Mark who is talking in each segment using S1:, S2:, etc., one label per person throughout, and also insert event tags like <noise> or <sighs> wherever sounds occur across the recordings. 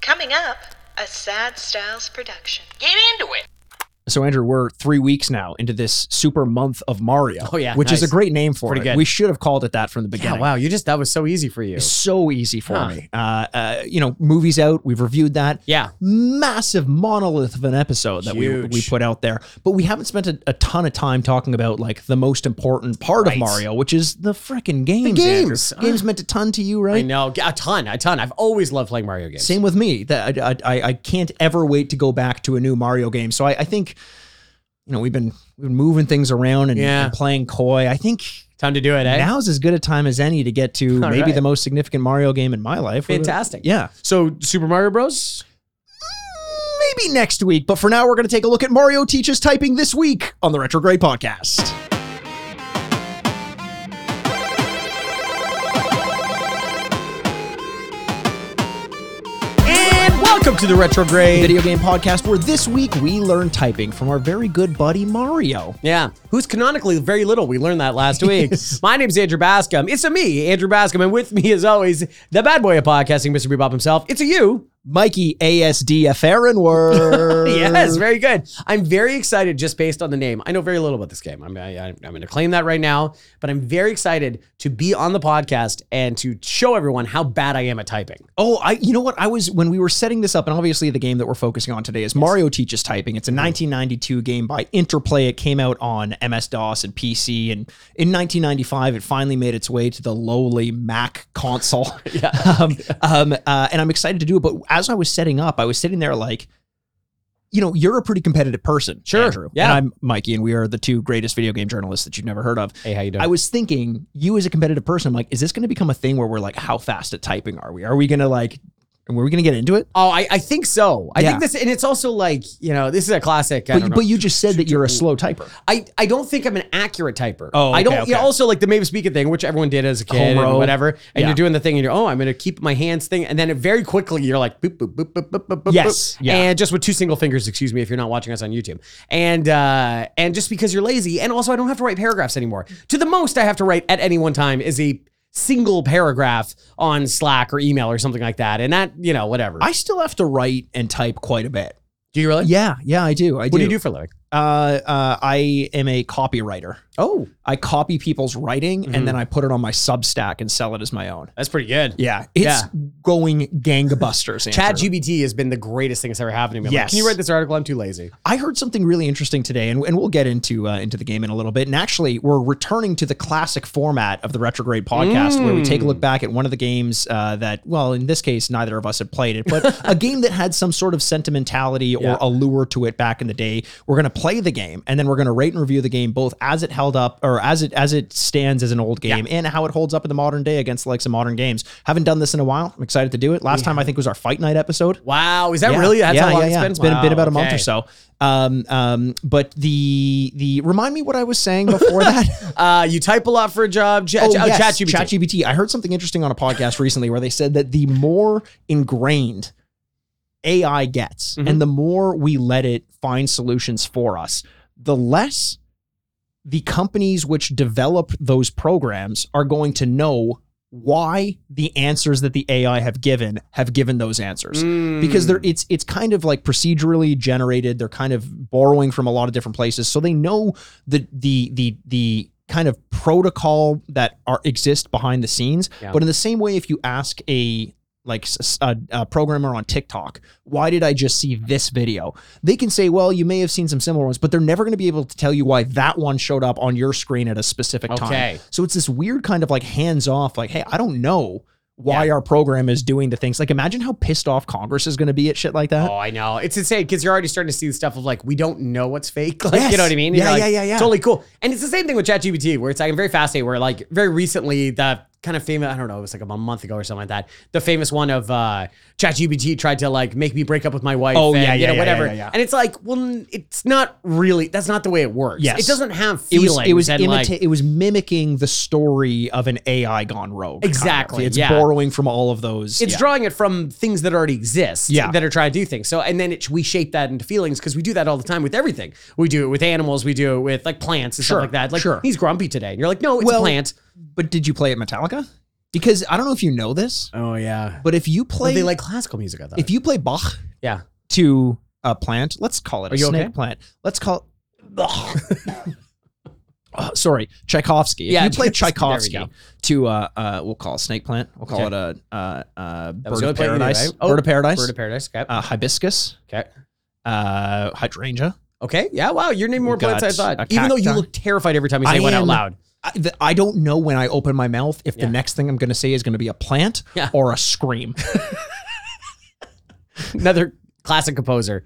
S1: Coming up, a Sad Styles production.
S2: Get into it.
S3: So Andrew, we're three weeks now into this super month of Mario.
S4: Oh, yeah,
S3: which is
S4: nice.
S3: a great name for
S4: Pretty
S3: it.
S4: good.
S3: We should have called it that from the
S4: Yeah,
S3: beginning.
S4: wow, you just that was so easy for you.
S3: It's so easy for
S4: Huh.
S3: me. Uh, uh, you know, movies out. We've reviewed that.
S4: Yeah.
S3: massive monolith of an episode that we,
S4: Huge.
S3: we put out there. But we haven't spent a, a ton of time talking about like the most important part of
S4: Right.
S3: Mario, which is the freaking games.
S4: games. Uh-huh.
S3: Andrew. games meant a ton to you,
S4: I
S3: right?
S4: know a ton, a ton. I've always loved playing Mario games.
S3: Same with me. That I, I I can't ever wait to go back to a new Mario game. So I, I think, you know, we've been we've been moving things around and,
S4: Yeah.
S3: and playing coy. I think.
S4: Time to do it, eh?
S3: Now's as good a time as any to get to
S4: All
S3: maybe
S4: right.
S3: the most significant Mario game in my life.
S4: Fantastic.
S3: Yeah.
S4: So Super Mario Bros.
S3: maybe next week, but for now, we're going to take a look at Mario Teaches Typing this week on the Retrograde Podcast.
S4: And welcome to the retrograde.
S3: Video game podcast where this week we learn typing from our very good buddy Mario.
S4: Yeah, who's canonically very little. We learned that <laughs> last week.
S3: Yes.
S4: My name's Andrew Bascom. It's a me, Andrew Bascom, and with me, as always, the bad boy of podcasting, Mr. Bebop himself. It's a you.
S3: Mikey ASDF
S4: <laughs>
S3: Aaronworth.
S4: Yes, very good. I'm very excited just based on the name. I know very little about this game. I'm, I, I- I'm going to claim that right now, but I'm very excited to be on the podcast and to show everyone how bad I am at typing.
S3: Oh, I you know what? I was when we were setting this up, and obviously the game that we're focusing on today is Mario Teaches Typing.
S4: Mm-hmm.
S3: It's a 1992 game by Interplay. It came out on MS DOS and PC, and in 1995, it finally made its way to the lowly Mac
S4: <laughs>
S3: console. yeah. <laughs> Um, um, uh, and I'm excited to do it. But as I was setting up, I was sitting there like. You know, you're a pretty competitive person,
S4: Sure.
S3: Andrew.
S4: Yeah.
S3: And I'm Mikey, and we are the two greatest video game journalists that you've never heard of.
S4: Hey, how you doing?
S3: I was thinking, you as a competitive person, I'm like, is this going to become a thing where we're like, how fast at typing are we? Are we going to like, and were we going to get into it?
S4: oh, I, I think so. I
S3: Yeah.
S4: think this, and it's also like, you know, this is a classic. I don't
S3: But,
S4: know.
S3: but you just said that you're a slow typer.
S4: I, I don't think I'm an accurate typer.
S3: Oh, okay,
S4: I don't.
S3: okay.
S4: Yeah, also like the Mavis Beacon thing, which everyone did as a kid, and
S3: Comro.
S4: whatever. And
S3: Yeah.
S4: you're doing the thing, and you're oh, I'm gonna keep my hands thing, and then it very quickly you're like boop boop boop boop boop boop. boop,
S3: Yes,
S4: boop,
S3: yeah.
S4: And just with two single fingers, excuse me, if you're not watching us on YouTube, and uh, and just because you're lazy, and also I don't have to write paragraphs anymore. To the most I have to write at any one time is a single paragraph on Slack or email or something like that, and that you know whatever.
S3: I still have to write and type quite a bit.
S4: do you really?
S3: Yeah, yeah, I do. I
S4: What do you do for a living?
S3: Uh, uh, I am a copywriter.
S4: Oh,
S3: I copy people's writing and then I put it on my Substack and sell it as my own.
S4: that's pretty good.
S3: Yeah, it's
S4: Yeah.
S3: going gangbusters.
S4: Chat
S3: Andrew.
S4: GBT has been the greatest thing that's ever happened to me. I'm like,
S3: Yes.
S4: Can you write this article? I'm too lazy.
S3: I heard something really interesting today, and, and we'll get into uh, into the game in a little bit. And actually, we're returning to the classic format of the retrograde podcast, where we take a look back at one of the games uh, that, well, in this case, neither of us had played it, but a game that had some sort of sentimentality or allure to it back in the day. We're gonna play the game, and then we're gonna rate and review the game both as it held up or as it as it stands as an old game, and how it holds up in the modern day against the likes of modern games. Haven't done this in a while. I'm excited to do it. Last time I think was our fight night episode.
S4: Wow, is that really? That's how long it's been.
S3: It's been, been
S4: Wow,
S3: about a month
S4: okay.
S3: or so. Um, um, but the the remind me what I was saying before
S4: <laughs>
S3: that.
S4: Uh, you type a lot for a job. Ch- oh, ChatGPT.
S3: ChatGPT. I heard something interesting on a podcast recently where they said that the more ingrained AI gets,
S4: Mm-hmm.
S3: and the more we let it find solutions for us, the less the companies which develop those programs are going to know why the answers that the AI have given have given those answers
S4: Mm.
S3: because they're it's it's kind of like procedurally generated they're kind of borrowing from a lot of different places so they know the the the the kind of protocol that are exist behind the scenes
S4: Yeah.
S3: but in the same way if you ask a like s- a, a programmer on TikTok, why did I just see this video? They can say, well, you may have seen some similar ones, but they're never going to be able to tell you why that one showed up on your screen at a specific time.
S4: Okay.
S3: So it's this weird kind of like hands off, like, hey, I don't know why our program is doing the things. Like, imagine how pissed off Congress is going to be at shit like that.
S4: Oh, I know. It's insane because you're already starting to see the stuff of like, we don't know what's fake. <laughs> Like,
S3: Yes.
S4: you know what I mean?
S3: Yeah,
S4: You're like,
S3: yeah, yeah, yeah.
S4: Totally cool. And it's the same thing with ChatGPT, where it's like, I'm very fascinated, where like very recently, the kind of famous, I don't know, it was like a month ago or something like that, the famous one of uh, ChatGPT tried to like make me break up with my wife.
S3: Oh,
S4: and,
S3: yeah,
S4: you
S3: yeah,
S4: know,
S3: yeah,
S4: whatever.
S3: yeah, yeah.
S4: And it's like, well, n- it's not really, that's not the way it works.
S3: Yes.
S4: It doesn't have
S3: It
S4: feelings.
S3: was, it was
S4: and,
S3: imita-
S4: like,
S3: it was mimicking the story of an AI gone rogue. kind of.
S4: Exactly,
S3: It's
S4: yeah.
S3: borrowing from all of those.
S4: It's
S3: yeah.
S4: drawing it from things that already exist
S3: Yeah.
S4: that are trying to do things. So, and then it, we shape that into feelings because we do that all the time with everything. We do it with animals, we do it with like plants and
S3: Sure,
S4: stuff like that. Like,
S3: sure.
S4: he's grumpy today. And you're like, no, it's
S3: Well-
S4: a plant.
S3: But did you play at Metallica? Because I don't know if you know this,
S4: Oh yeah.
S3: but if you
S4: Play,
S3: play
S4: they like classical music. I thought.
S3: if you play Bach,
S4: Yeah.
S3: to a plant, let's call it
S4: Are
S3: a
S4: you
S3: snake
S4: okay?
S3: plant. Let's
S4: <laughs>
S3: call. Ugh. Uh, sorry, Tchaikovsky. If
S4: Yeah,
S3: you play
S4: just- <laughs> there we
S3: Tchaikovsky
S4: go.
S3: to uh, uh, we'll call it snake plant. We'll call it a uh, uh, bird
S4: was the only
S3: of
S4: plant you knew,
S3: paradise.
S4: right? Oh,
S3: bird of paradise.
S4: Bird of Paradise. Okay.
S3: uh, hibiscus.
S4: okay.
S3: Uh, hydrangea.
S4: Okay. Yeah. Wow. You're naming more
S3: We've got
S4: plants I
S3: a
S4: thought. Even though you
S3: cacti.
S4: look terrified every time you
S3: I
S4: say one out
S3: am-
S4: loud. <laughs>
S3: I, th- I don't know when I open my mouth if
S4: Yeah.
S3: the next thing I'm going to say is going to be a plant
S4: Yeah.
S3: or a scream. <laughs>
S4: Another classic composer.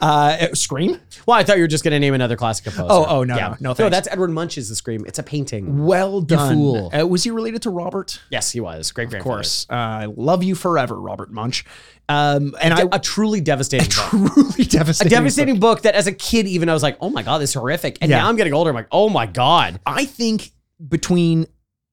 S3: Uh, scream?
S4: Well, I thought you were just going to name another classic composer.
S3: Oh, oh, no, no, no,
S4: no,
S3: thanks.
S4: that's Edward Munch's The Scream. It's a painting.
S3: Well done.
S4: fool.
S3: Uh, was he related to Robert?
S4: Yes, he was. Great, great.
S3: Of course. Uh, I love you forever, Robert Munch. Um, and
S4: <laughs>
S3: I
S4: a truly
S3: <laughs>
S4: devastating book.
S3: truly
S4: A
S3: devastating.
S4: devastating book that as a kid, even I was like, oh my God, this is horrific. And
S3: Yeah.
S4: now I'm getting older. I'm like, oh my God.
S3: I think between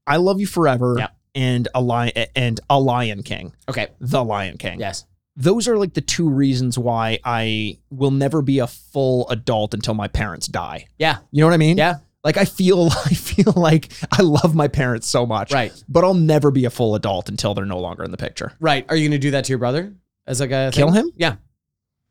S3: I Love You Forever
S4: Yeah.
S3: and a lion and a Lion King,
S4: Okay.
S3: the Lion King.
S4: Yes.
S3: Those are like the two reasons why I will never be a full adult until my parents die.
S4: Yeah.
S3: You know what I mean?
S4: Yeah.
S3: Like I feel <laughs> I feel like I love my parents so much.
S4: Right.
S3: But I'll never be a full adult until they're no longer in the picture.
S4: Right. Are you going to do that to your brother as like a
S3: Kill
S4: thing?
S3: him?
S4: Yeah.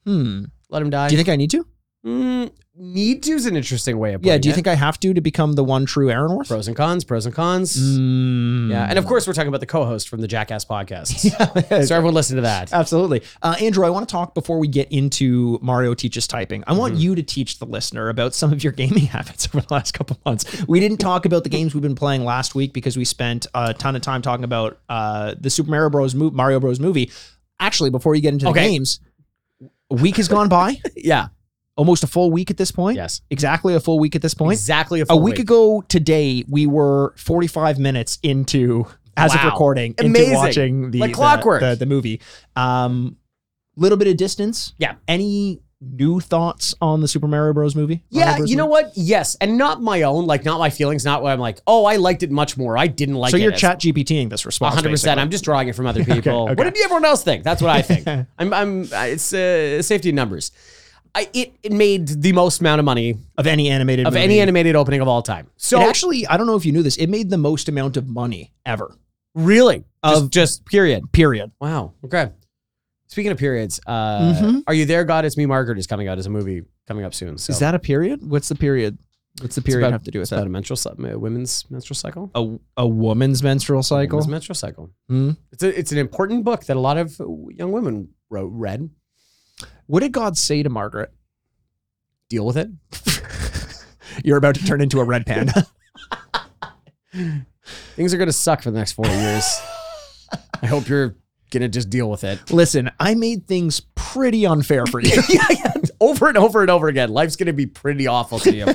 S3: Hmm.
S4: Let him die.
S3: Do you think I need to?
S4: Mm, need to is an interesting way of
S3: Yeah.
S4: putting
S3: Do you
S4: it.
S3: think I have to to become the one true Aaronworth?
S4: pros and cons? Pros and cons.
S3: Mm.
S4: Yeah, and of course we're talking about the co-host from the Jackass podcast.
S3: <laughs> Yeah.
S4: So everyone listen
S3: <laughs>
S4: to that.
S3: Absolutely. Uh, Andrew, I want to talk before we get into Mario teaches typing. I want you to teach the listener about some of your gaming <laughs> habits over the last couple months. We didn't talk about the games we've been playing last week because we spent a ton of time talking about uh, the Super Mario Bros. Mo- Mario Bros. movie. Actually, before you get into the
S4: Okay.
S3: games, a week has gone by,
S4: Yeah.
S3: almost a full week at this point.
S4: Yes.
S3: Exactly a full week at this point.
S4: Exactly a,
S3: A
S4: full
S3: week ago today, we were 45 minutes into, as
S4: Wow.
S3: of recording, into
S4: Amazing.
S3: watching the,
S4: Like
S3: the-
S4: clockwork.
S3: the, the movie. Um, little bit of distance.
S4: Yeah.
S3: Any new thoughts on the Super Mario Bros. movie?
S4: Yeah, you know what? Yes, and not my own, like not my feelings, not what I'm like. Oh, I liked it much more. I didn't like
S3: so
S4: it.
S3: you're
S4: as-
S3: chat GPTing this response.
S4: 100%. I'm just drawing it from other people.
S3: <laughs> okay.
S4: What did everyone else think? That's what I think. <laughs> I'm I'm uh, it's uh, safety in numbers. I, it, it made the most amount of money
S3: <laughs> of any animated
S4: of
S3: movie.
S4: any animated opening of all time. So
S3: it actually, I don't know if you knew this. It made the most amount of money ever.
S4: really
S3: Of-
S4: just, just period.
S3: Period.
S4: Wow. Okay. Speaking of periods, uh,
S3: Mhm.
S4: Are You There, God? It's Me, Margaret is coming out as a movie coming up soon. So
S3: Is that a period? What's the period? What's the period
S4: about-
S3: have to do with
S4: about
S3: that?
S4: a menstrual, cy- a women's menstrual cycle?
S3: A, a woman's menstrual cycle.
S4: Women's menstrual cycle.
S3: Hmm.
S4: It's, a, it's an important book that a lot of young women wrote, read.
S3: What did God say to Margaret?
S4: Deal with it.
S3: <laughs> You're about to turn into a red panda.
S4: Things are going to suck for the next 40 years.
S3: <laughs>
S4: I hope you're going to just deal with
S3: <laughs>
S4: it.
S3: Listen, I made things pretty unfair for you.
S4: yeah, yeah. Over and over and over again. Life's going to be pretty awful to
S3: <laughs>
S4: you.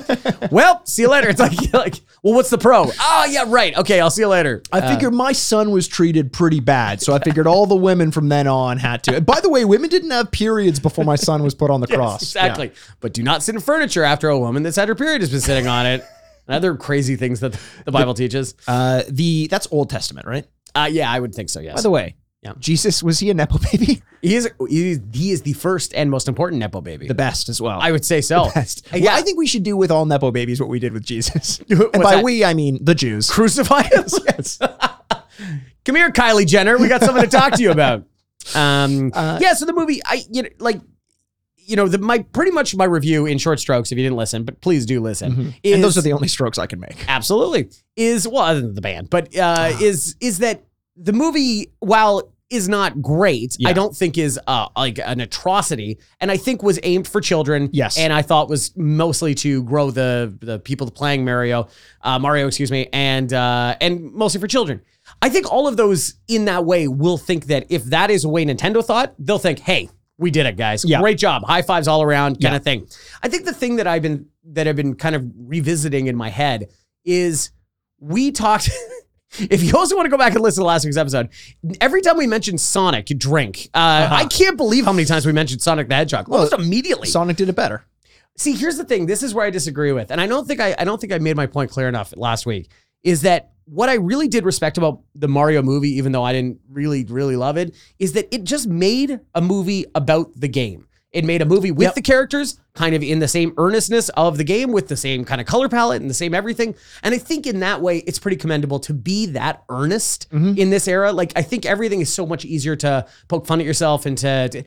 S4: well, see you later. It's like, <laughs> like, well, what's the pro? Oh, yeah, right. Okay, I'll see you later.
S3: <laughs>
S4: <laughs>
S3: I figured my son was treated pretty bad, so I figured all the women from then on had to. And by the way, women didn't have periods before my son was <laughs> put on the cross.
S4: Exactly. But do not sit in furniture after a woman that's had her period has been sitting on
S3: <laughs>
S4: it. And other crazy things that the Bible teaches.
S3: Yeah. Uh, the that's Old Testament, right?
S4: Uh, yeah, I would think so. Yes.
S3: By the way,
S4: Yeah.
S3: Jesus was he a nepo baby?
S4: he is he is, he is the first and most important nepo baby.
S3: <laughs> The best as well.
S4: I would say so.
S3: best.
S4: Yeah.
S3: Well, I think we should do with all nepo babies what we did with <laughs> Jesus. and
S4: What's
S3: by
S4: that?
S3: we, I mean the Jews.
S4: Crucify him. <laughs>
S3: <laughs>
S4: yes. Come here, Kylie Jenner. We got something to talk to you about.
S3: <laughs>
S4: Um,
S3: Uh,
S4: yeah. So the movie, I you know, like. You know, the, my pretty much my review in short strokes. If you didn't listen, but please do listen. Is,
S3: Mm-hmm. and those are the only strokes I can make.
S4: absolutely is well other than the band but uh
S3: Ah.
S4: is is that the movie while is not great
S3: Yeah.
S4: i don't think is uh like an atrocity and i think was aimed for children
S3: Yes.
S4: and i thought was mostly to grow the the people playing mario uh mario excuse me and uh and mostly for children i think all of those in that way will think that if that is the way nintendo thought they'll think hey we did it guys
S3: Yeah.
S4: great job high fives all around kind
S3: Yeah.
S4: of thing i think the thing that i've been that i've been kind of revisiting in my head is we talked <laughs> if you also want to go back and listen to last week's episode every time we mentioned sonic you drink uh, i can't believe how many times we mentioned sonic the hedgehog almost immediately
S3: Sonic did it better.
S4: see here's the thing this is where i disagree with and i don't think I, I don't think i made my point clear enough last week is that what i really did respect about the mario movie even though i didn't really really love it is that it just made a movie about the game It made a movie with
S3: Yep.
S4: the characters, kind of in the same earnestness of the game, with the same kind of color palette and the same everything. And I think in that way, it's pretty commendable to be that earnest in this era. Like, I think everything is so much easier to poke fun at yourself and to. to-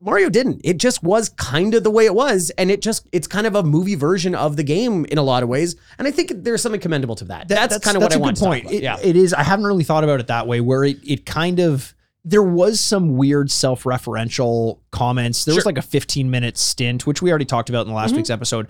S4: Mario didn't. It just was kind of the way it was. And it just, it's kind of a movie version of the game in a lot of ways. And I think there's something commendable to that. that's kind of what
S3: that's
S4: I
S3: a
S4: want
S3: good
S4: to talk
S3: point.
S4: about.
S3: It- it is. I haven't really thought about it that way. Where it it kind of there was some weird self-referential comments. There was
S4: Sure. Mm-hmm.
S3: like a 15 minute stint, which we already talked about in the last week's episode.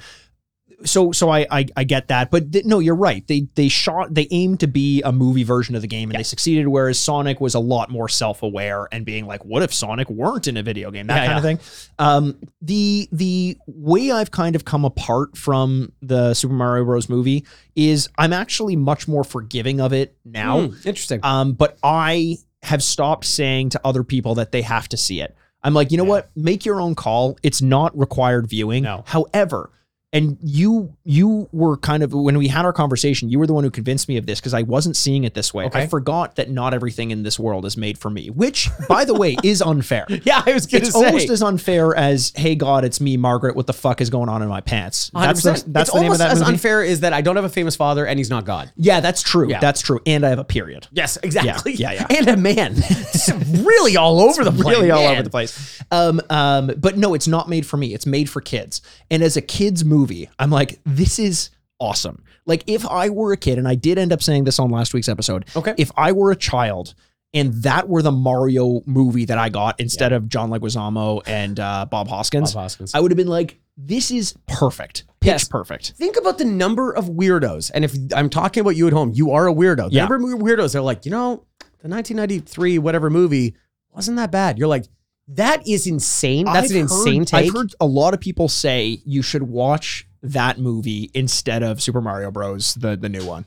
S3: So so I I, I get that, but th- no, you're right. They they shot they aimed to be a movie version of the game and they succeeded. Whereas Sonic was a lot more self-aware and being like, what if Sonic weren't in a video game? That
S4: Yeah,
S3: kind of thing. Um, the the way I've kind of come apart from the Super Mario Bros. movie is I'm actually much more forgiving of it now.
S4: Hmm, interesting.
S3: Um, but I have stopped saying to other people that they have to see it. I'm like, you know what? Make your own call. It's not required viewing.
S4: No.
S3: However, and you you were kind of when we had our conversation, you were the one who convinced me of this because I wasn't seeing it this way.
S4: Okay.
S3: I forgot that not everything in this world is made for me, which by the way is unfair.
S4: <laughs> yeah, I was going to
S3: It's
S4: say.
S3: almost as unfair as "Hey God, it's me, Margaret. What the fuck is going on in my pants?" That's
S4: 100%.
S3: the,
S4: it's
S3: that's the name of
S4: almost
S3: that
S4: as
S3: movie.
S4: unfair is that I don't have a famous father and he's not God.
S3: yeah, that's true.
S4: Yeah.
S3: That's true. And I have a period.
S4: Yes, exactly.
S3: yeah, yeah.
S4: <laughs> And a man. It's really all over the place.
S3: really all
S4: man.
S3: over the place. Um, um, but no, it's not made for me. It's made for kids. And as a kids movie, I'm like, this is awesome. Like if I were a kid, and I did end up saying this on last week's episode.
S4: Okay.
S3: If I were a child. And that were the Mario movie that I got instead of John Leguizamo and uh, Bob Hoskins.
S4: Bob Hoskins.
S3: I would have been like, "This is perfect, pitch
S4: Yes.
S3: perfect."
S4: Think about the number of weirdos. And if I'm talking about you at home, you are a weirdo. The
S3: Yeah.
S4: number of weirdos, they're like, you know, the 1993 whatever movie wasn't that bad. You're like, that is insane. That's
S3: I've
S4: an insane
S3: heard,
S4: take.
S3: I've heard a lot of people say you should watch that movie instead of Super Mario Bros. the the new one.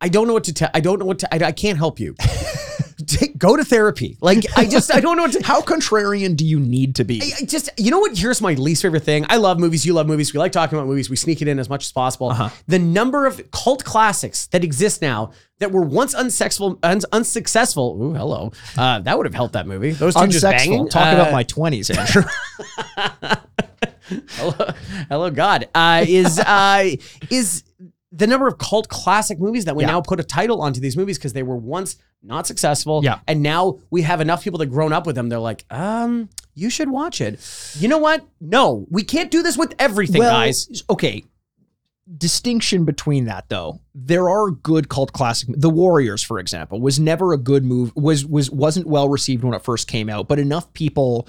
S4: I don't know what to tell. I don't know what to. I, I can't help you. <laughs> Take, go to therapy. Like I just I don't know what to.
S3: How contrarian do you need to be?
S4: I- I just you know what? Here's my least favorite thing. I love movies. You love movies. We like talking about movies. We sneak it in as much as possible.
S3: Uh-huh.
S4: The number of cult classics that exist now that were once unsuccessful, un- unsuccessful. Ooh, hello. Uh, that would have helped that movie. Those two just
S3: Unsexual.
S4: banging.
S3: Talk
S4: Uh,
S3: about my twenties, Andrew.
S4: hello, hello God. Uh,
S3: <laughs>
S4: is uh, is the number of cult classic movies that we
S3: Yeah.
S4: now put a title onto these movies because they were once not successful.
S3: Yeah.
S4: And now we have enough people that grown up with them. They're like, um, you should watch it. You know what? No, we can't do this with everything, guys.
S3: okay. Distinction between that though, there are good cult classic. The Warriors, for example, was never a good move. was was wasn't well received when it first came out, but enough people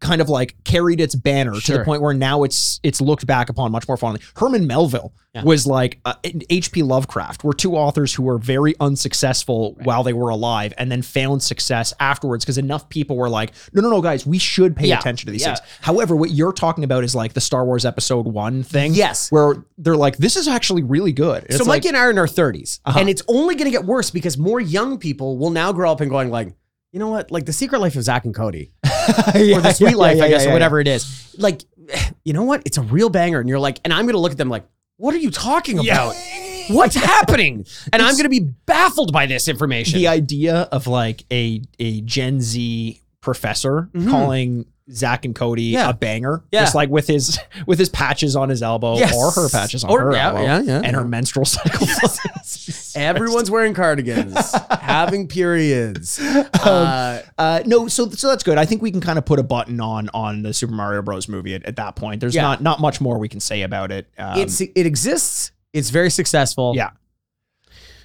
S3: kind of like carried its banner to
S4: Sure.
S3: the point where now it's it's looked back upon much more fondly. Herman Melville
S4: Yeah.
S3: was like uh, and H.P. Lovecraft were two authors who were very unsuccessful while they were alive and then found success afterwards because enough people were like, no, no, no, guys, we should pay
S4: Yeah.
S3: attention to these
S4: Yeah.
S3: things. However, what you're talking about is like the Star Wars Episode One thing,
S4: Yes.
S3: where they're like, this is actually really good.
S4: so
S3: It's
S4: Mike
S3: like, <laughs> Uh-huh.
S4: and I are in our 30s, and it's only going to get worse because more young people will now grow up and going like, you know what, like the Secret Life of Zach and Cody, or the Sweet Life, I guess, or whatever it is. Like, <sighs> you know what, it's a real banger, and you're like, and I'm going to look at them like, what are you talking about?
S3: <laughs>
S4: What's happening? And I'm going to be baffled by this information.
S3: The idea of like a a Gen Z professor calling Zach and Cody
S4: Mm-hmm. Yeah.
S3: a banger,
S4: Yeah.
S3: just like with his with his patches on his elbow
S4: Yes.
S3: or her patches on
S4: Or-
S3: her
S4: yeah,
S3: elbow,
S4: yeah, yeah.
S3: and her menstrual <laughs> cycle.
S4: <laughs> Everyone's
S3: <laughs>
S4: wearing cardigans, having periods.
S3: Um,
S4: Uh,
S3: Uh, no, so so that's good. I think we can kind of put a button on on the Super Mario Bros. movie at, at that point. There's
S4: Yeah.
S3: not not much more we can say about it. Um,
S4: it's it exists. It's very successful.
S3: yeah.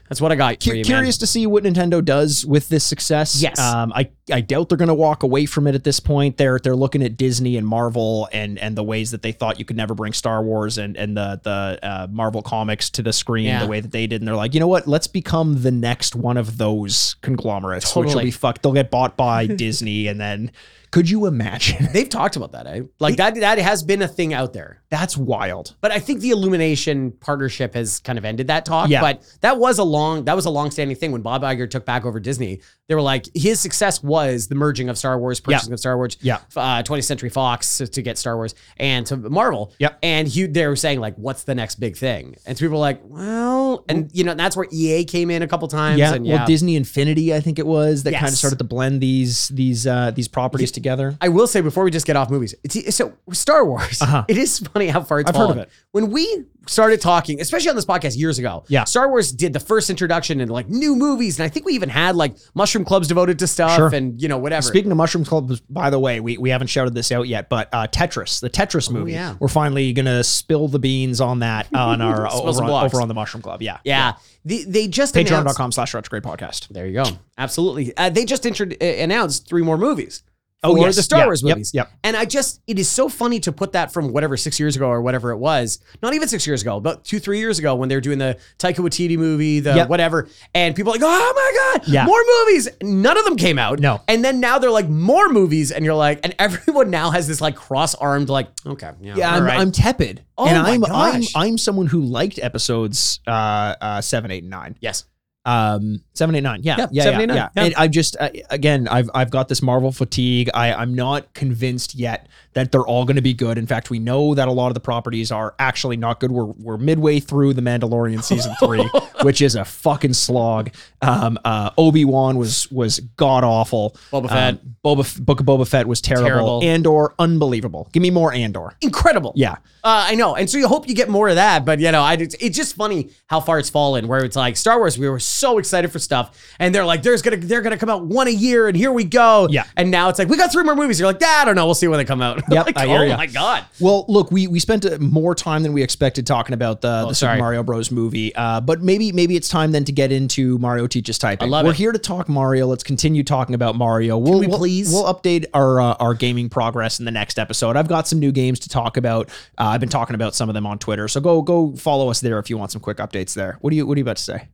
S4: that's what I got.
S3: Cu-
S4: for you, man.
S3: curious to see what Nintendo does with this success.
S4: Yes.
S3: um, I, I doubt they're going to walk away from it at this point. They're they're looking at Disney and Marvel and and the ways that they thought you could never bring Star Wars and and the the uh, Marvel comics to the screen
S4: Yeah.
S3: the way that they did. And they're like, you know what? Let's become the next one of those conglomerates, which will
S4: Totally.
S3: be fucked. They'll get bought
S4: <laughs>
S3: by Disney, and then could you imagine? <laughs>
S4: They've talked about that, eh? Like that that has been a thing out there.
S3: That's wild.
S4: But I think the Illumination partnership has kind of ended that talk.
S3: Yeah.
S4: But that was a long that was a long-standing thing when Bob Iger took back over Disney. They were like, his success was the merging of Star Wars, purchasing of Star Wars,
S3: Yeah.
S4: uh, 20th Century Fox to get Star Wars and to Marvel.
S3: Yep.
S4: And he, they were saying like, what's the next big thing? And so people were like, well, and you know, that's where EA came in a couple times.
S3: Yeah,
S4: and
S3: well, Disney Infinity, I think it was that kind of
S4: Yes.
S3: started to blend these these uh, these properties together.
S4: I will say before we just get off movies, it's, so Star Wars.
S3: Uh-huh.
S4: <laughs> it is funny how far it's
S3: I've heard of
S4: fallen.
S3: it.
S4: When we started talking, especially on this podcast years ago,
S3: Yeah.
S4: Star Wars did the first introduction and like new movies, and I think we even had like mushroom clubs devoted to stuff
S3: Sure.
S4: and you know whatever.
S3: Speaking of Mushroom Club, by the way, we, we haven't shouted this out yet, but uh, Tetris, the Tetris movie,
S4: yeah.
S3: we're finally gonna spill the beans on that on our
S4: Spill
S3: over
S4: some
S3: on,
S4: blocks.
S3: over on the Mushroom Club. Yeah,
S4: yeah, The, they just announced-
S3: Patreon.com slash Rutch Great Podcast.
S4: There you go. Absolutely. Uh, they just intro- uh, announced three more movies.
S3: Oh,
S4: for
S3: yes.
S4: the Star
S3: Yeah.
S4: Wars
S3: Yep.
S4: movies.
S3: Yep.
S4: And I just, it is so funny to put that from whatever six years ago or whatever it was, not even six years ago, but two, three years ago when they were doing the Taika Waititi movie, the
S3: Yep.
S4: whatever, and people are like, oh my God,
S3: Yeah.
S4: more movies. None of them came out.
S3: No.
S4: And then now they're like, more movies. And you're like, and <laughs> everyone now has this like cross armed, like, okay. Yeah.
S3: Yeah,
S4: all
S3: I'm,
S4: right.
S3: I'm tepid,
S4: Oh
S3: and
S4: my
S3: I'm I'm
S4: gosh.
S3: I'm someone who liked episodes uh, uh, seven, eight, and nine.
S4: yes.
S3: um seven eight nine yeah
S4: Yeah,
S3: yeah yeah,
S4: seven, eight, nine,
S3: yeah.
S4: yeah.
S3: And i've just uh, again i've i've got this marvel fatigue i i'm not convinced yet that they're all going to be good in fact we know that a lot of the properties are actually not good we're we're midway through the mandalorian
S4: <laughs>
S3: season three which is a fucking slog um uh obi-wan was was god awful
S4: Boba Fett.
S3: boba F- book of boba fett was terrible.
S4: Terrible.
S3: andor unbelievable give me more andor
S4: Incredible.
S3: yeah
S4: Uh, I know, and so you hope you get more of that, but you know, I it's, it's just funny how far it's fallen. Where it's like Star Wars, we were so excited for stuff, and they're like, "There's gonna they're gonna come out one a year," and here we go.
S3: Yeah.
S4: and now it's like we got three more movies. You're like, "Ah, I don't know, we'll see when they come out. <laughs>
S3: Yep,
S4: Like,
S3: I hear
S4: oh
S3: ya.
S4: my god,
S3: Well, look, we we spent uh, more time than we expected talking about the, the Super
S4: Oh, sorry.
S3: Mario Bros. movie, uh, but maybe maybe it's time then to get into Mario teaches typing.
S4: I love
S3: We're
S4: it.
S3: here to talk Mario. Let's continue talking about Mario. We'll,
S4: we
S3: we'll-
S4: please?
S3: We'll update our uh, our gaming progress in the next episode. I've got some new games to talk about. Uh, I've been talking about some of them on Twitter, so go go follow us there if you want some quick updates there. What do you what are you about to say?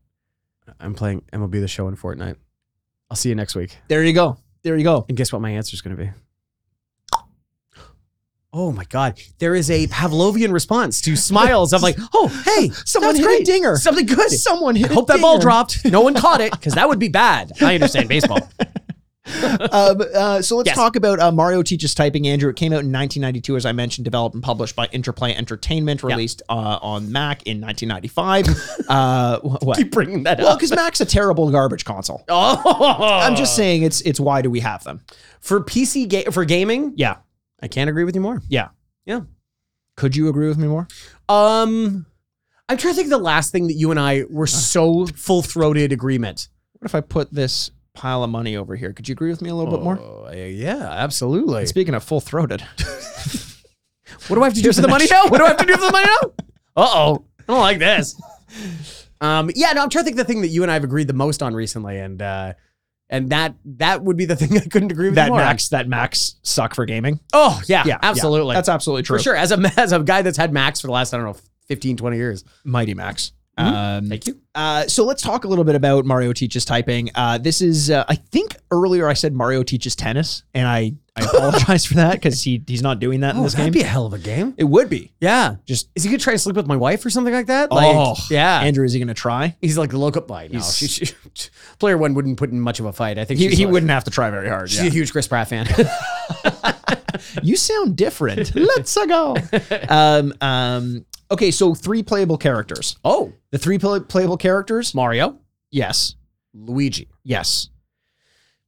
S4: I'm playing MLB the Show in Fortnite. I'll see you next week,
S3: There you go. There you go.
S4: and guess what my answer's gonna be. <gasps> Oh my God! There is a Pavlovian response to smiles of like, "Oh, <laughs> hey,
S3: Someone
S4: that's
S3: hit a
S4: great.
S3: dinger.
S4: Something good.
S3: Someone hit. a
S4: Hope that ball
S3: dinger.
S4: dropped. No one caught it because that would be bad. I
S3: <laughs>
S4: understand baseball.
S3: um, uh, so let's
S4: Yes.
S3: talk about uh, Mario Teaches Typing, Andrew. It came out in 1992, as I mentioned, developed and published by Interplay Entertainment, released uh, on Mac in
S4: <laughs>
S3: 1995. uh, wh- what?
S4: Keep bringing that
S3: Well,
S4: up.
S3: because Mac's a terrible garbage console.
S4: Oh,
S3: I'm just saying, it's it's why do we have them?
S4: for PC ga- for gaming.
S3: Yeah,
S4: I can't agree with you more.
S3: yeah,
S4: Yeah.
S3: Could you agree with me more?
S4: Um, I'm trying to think of the last thing that you and I
S3: Ah.
S4: were so full throated agreement.
S3: What if I put this pile of money over here? Could you agree with me a little bit more?
S4: Oh, yeah, absolutely.
S3: Speaking of full
S4: <laughs>
S3: throated,
S4: What do I have to do for
S3: <laughs>
S4: the money now? What do I have to do for the money now? Uh oh, I don't
S3: <laughs>
S4: like this. Um, yeah, no, I'm trying to think the thing that you and I have agreed the most on recently, and uh, and that that would be the thing I couldn't agree with you
S3: that
S4: more on.
S3: Macs that Macs suck for gaming.
S4: Oh yeah,
S3: Yeah, yeah.
S4: absolutely.
S3: That's absolutely true.
S4: for sure. As a as a guy that's had Max for the last I don't know 15, 20 years.
S3: Mighty Macs. Um,
S4: Mm-hmm. Thank you.
S3: Uh, so let's talk a little bit about Mario teaches typing. Uh, this is, uh, I think earlier I said Mario teaches tennis, and I,
S4: <laughs>
S3: I apologize for that because he he's not doing that in this game.
S4: Oh, a hell of a game.
S3: it would be.
S4: Yeah.
S3: Just-
S4: is he gonna try and sleep with my wife or something like that? Like,
S3: Oh,
S4: yeah.
S3: Andrew, is he going to try?
S4: he's like the local by no.
S3: He's-
S4: She, she, <laughs> player one wouldn't put in much of a fight. I think
S3: He,
S4: she's
S3: he
S4: like-
S3: wouldn't have to try very hard.
S4: She's <laughs>
S3: yeah.
S4: a huge Chris Pratt fan.
S3: you sound
S4: <laughs>
S3: different. let's go. Um, um, okay, so three playable characters.
S4: oh,
S3: The three pla- playable characters?
S4: Mario,
S3: Yes.
S4: Luigi,
S3: Yes.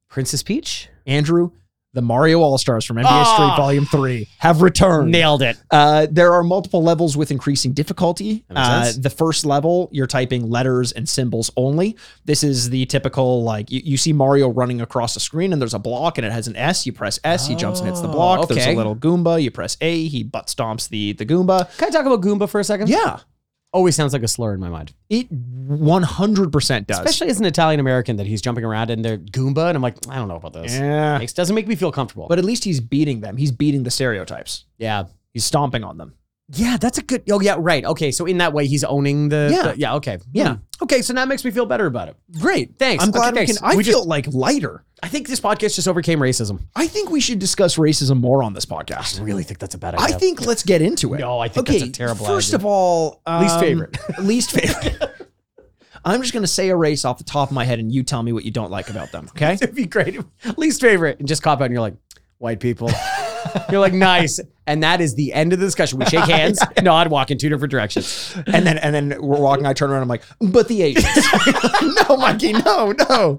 S4: Princess Peach.
S3: Andrew, the Mario All Stars from NBA
S4: Ah.
S3: Street Volume 3 have returned.
S4: Nailed it.
S3: Uh, there are multiple levels with increasing difficulty.
S4: That makes sense.
S3: Uh, the first level, you're typing letters and symbols only. This is the typical, like, you, you see Mario running across the screen and there's a block and it has an S. You press S, he jumps and hits the
S4: Oh,
S3: block. There's a
S4: okay.
S3: little Goomba. You press A, he butt stomps the, the Goomba.
S4: Can I talk about Goomba for a second?
S3: Yeah,
S4: Always sounds like a slur in my mind.
S3: it 100% does.
S4: Especially as an Italian American that he's jumping around and they're Goomba, and I'm like, I don't know about this.
S3: yeah.
S4: Makes, doesn't make me feel comfortable.
S3: But at least he's beating them. He's beating the stereotypes,
S4: yeah.
S3: he's stomping on them.
S4: Yeah, that's a good. Oh, yeah, right. Okay, so in that way, he's owning the.
S3: Yeah.
S4: the- yeah. Okay.
S3: Yeah.
S4: Hmm. Okay, so that makes me feel better about it.
S3: Great.
S4: Thanks.
S3: I'm
S4: Okay,
S3: glad we
S4: thanks.
S3: can. I
S4: We
S3: feel
S4: just-
S3: like lighter.
S4: I think this podcast just overcame racism.
S3: I think we should discuss racism more on this podcast.
S4: I really think that's a bad
S3: I
S4: idea.
S3: think let's get into it.
S4: No, I think that's a terrible
S3: First
S4: idea.
S3: of all, um,
S4: Least favorite.
S3: <laughs> least favorite. I'm just gonna say a race off the top of my head, and you tell me what you don't like about them.
S4: <laughs>
S3: Okay.
S4: it'd be great. Least favorite, and just cop out, and you're like, white people. <laughs> you're like, nice, and that is the end of the discussion. We shake <laughs> hands, nod, walk in two different directions.
S3: and then and then we're walking. I turn around. I'm like, but the Asians. <laughs> no, Mikey. No, no.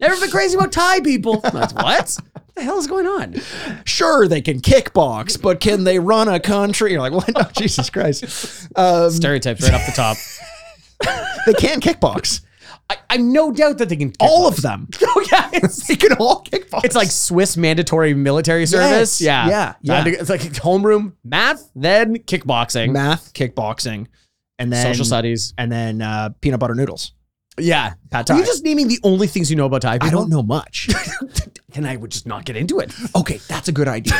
S4: Never been crazy about Thai people. Like, what? the hell is going on?
S3: Sure, they can kickbox, but can they run a country? You're like, <laughs> well, no, Jesus Christ. Um,
S4: Stereotypes right off the top.
S3: they can kickbox.
S4: I, I'm no doubt that they can.
S3: All of them.
S4: oh <laughs> yeah, it's,
S3: They can all kickbox.
S4: it's like Swiss mandatory military
S3: Yes.
S4: service. Yeah,
S3: Yeah, yeah.
S4: It's like homeroom math, then kickboxing,
S3: math, kickboxing, and then
S4: social studies.
S3: and then uh, peanut butter noodles.
S4: Yeah,
S3: Pad
S4: Are
S3: Thai.
S4: you just naming the only things you know about Thai people?
S3: I don't know <laughs> much.
S4: Then I would just not get into <laughs> it.
S3: okay, that's a good <laughs> idea.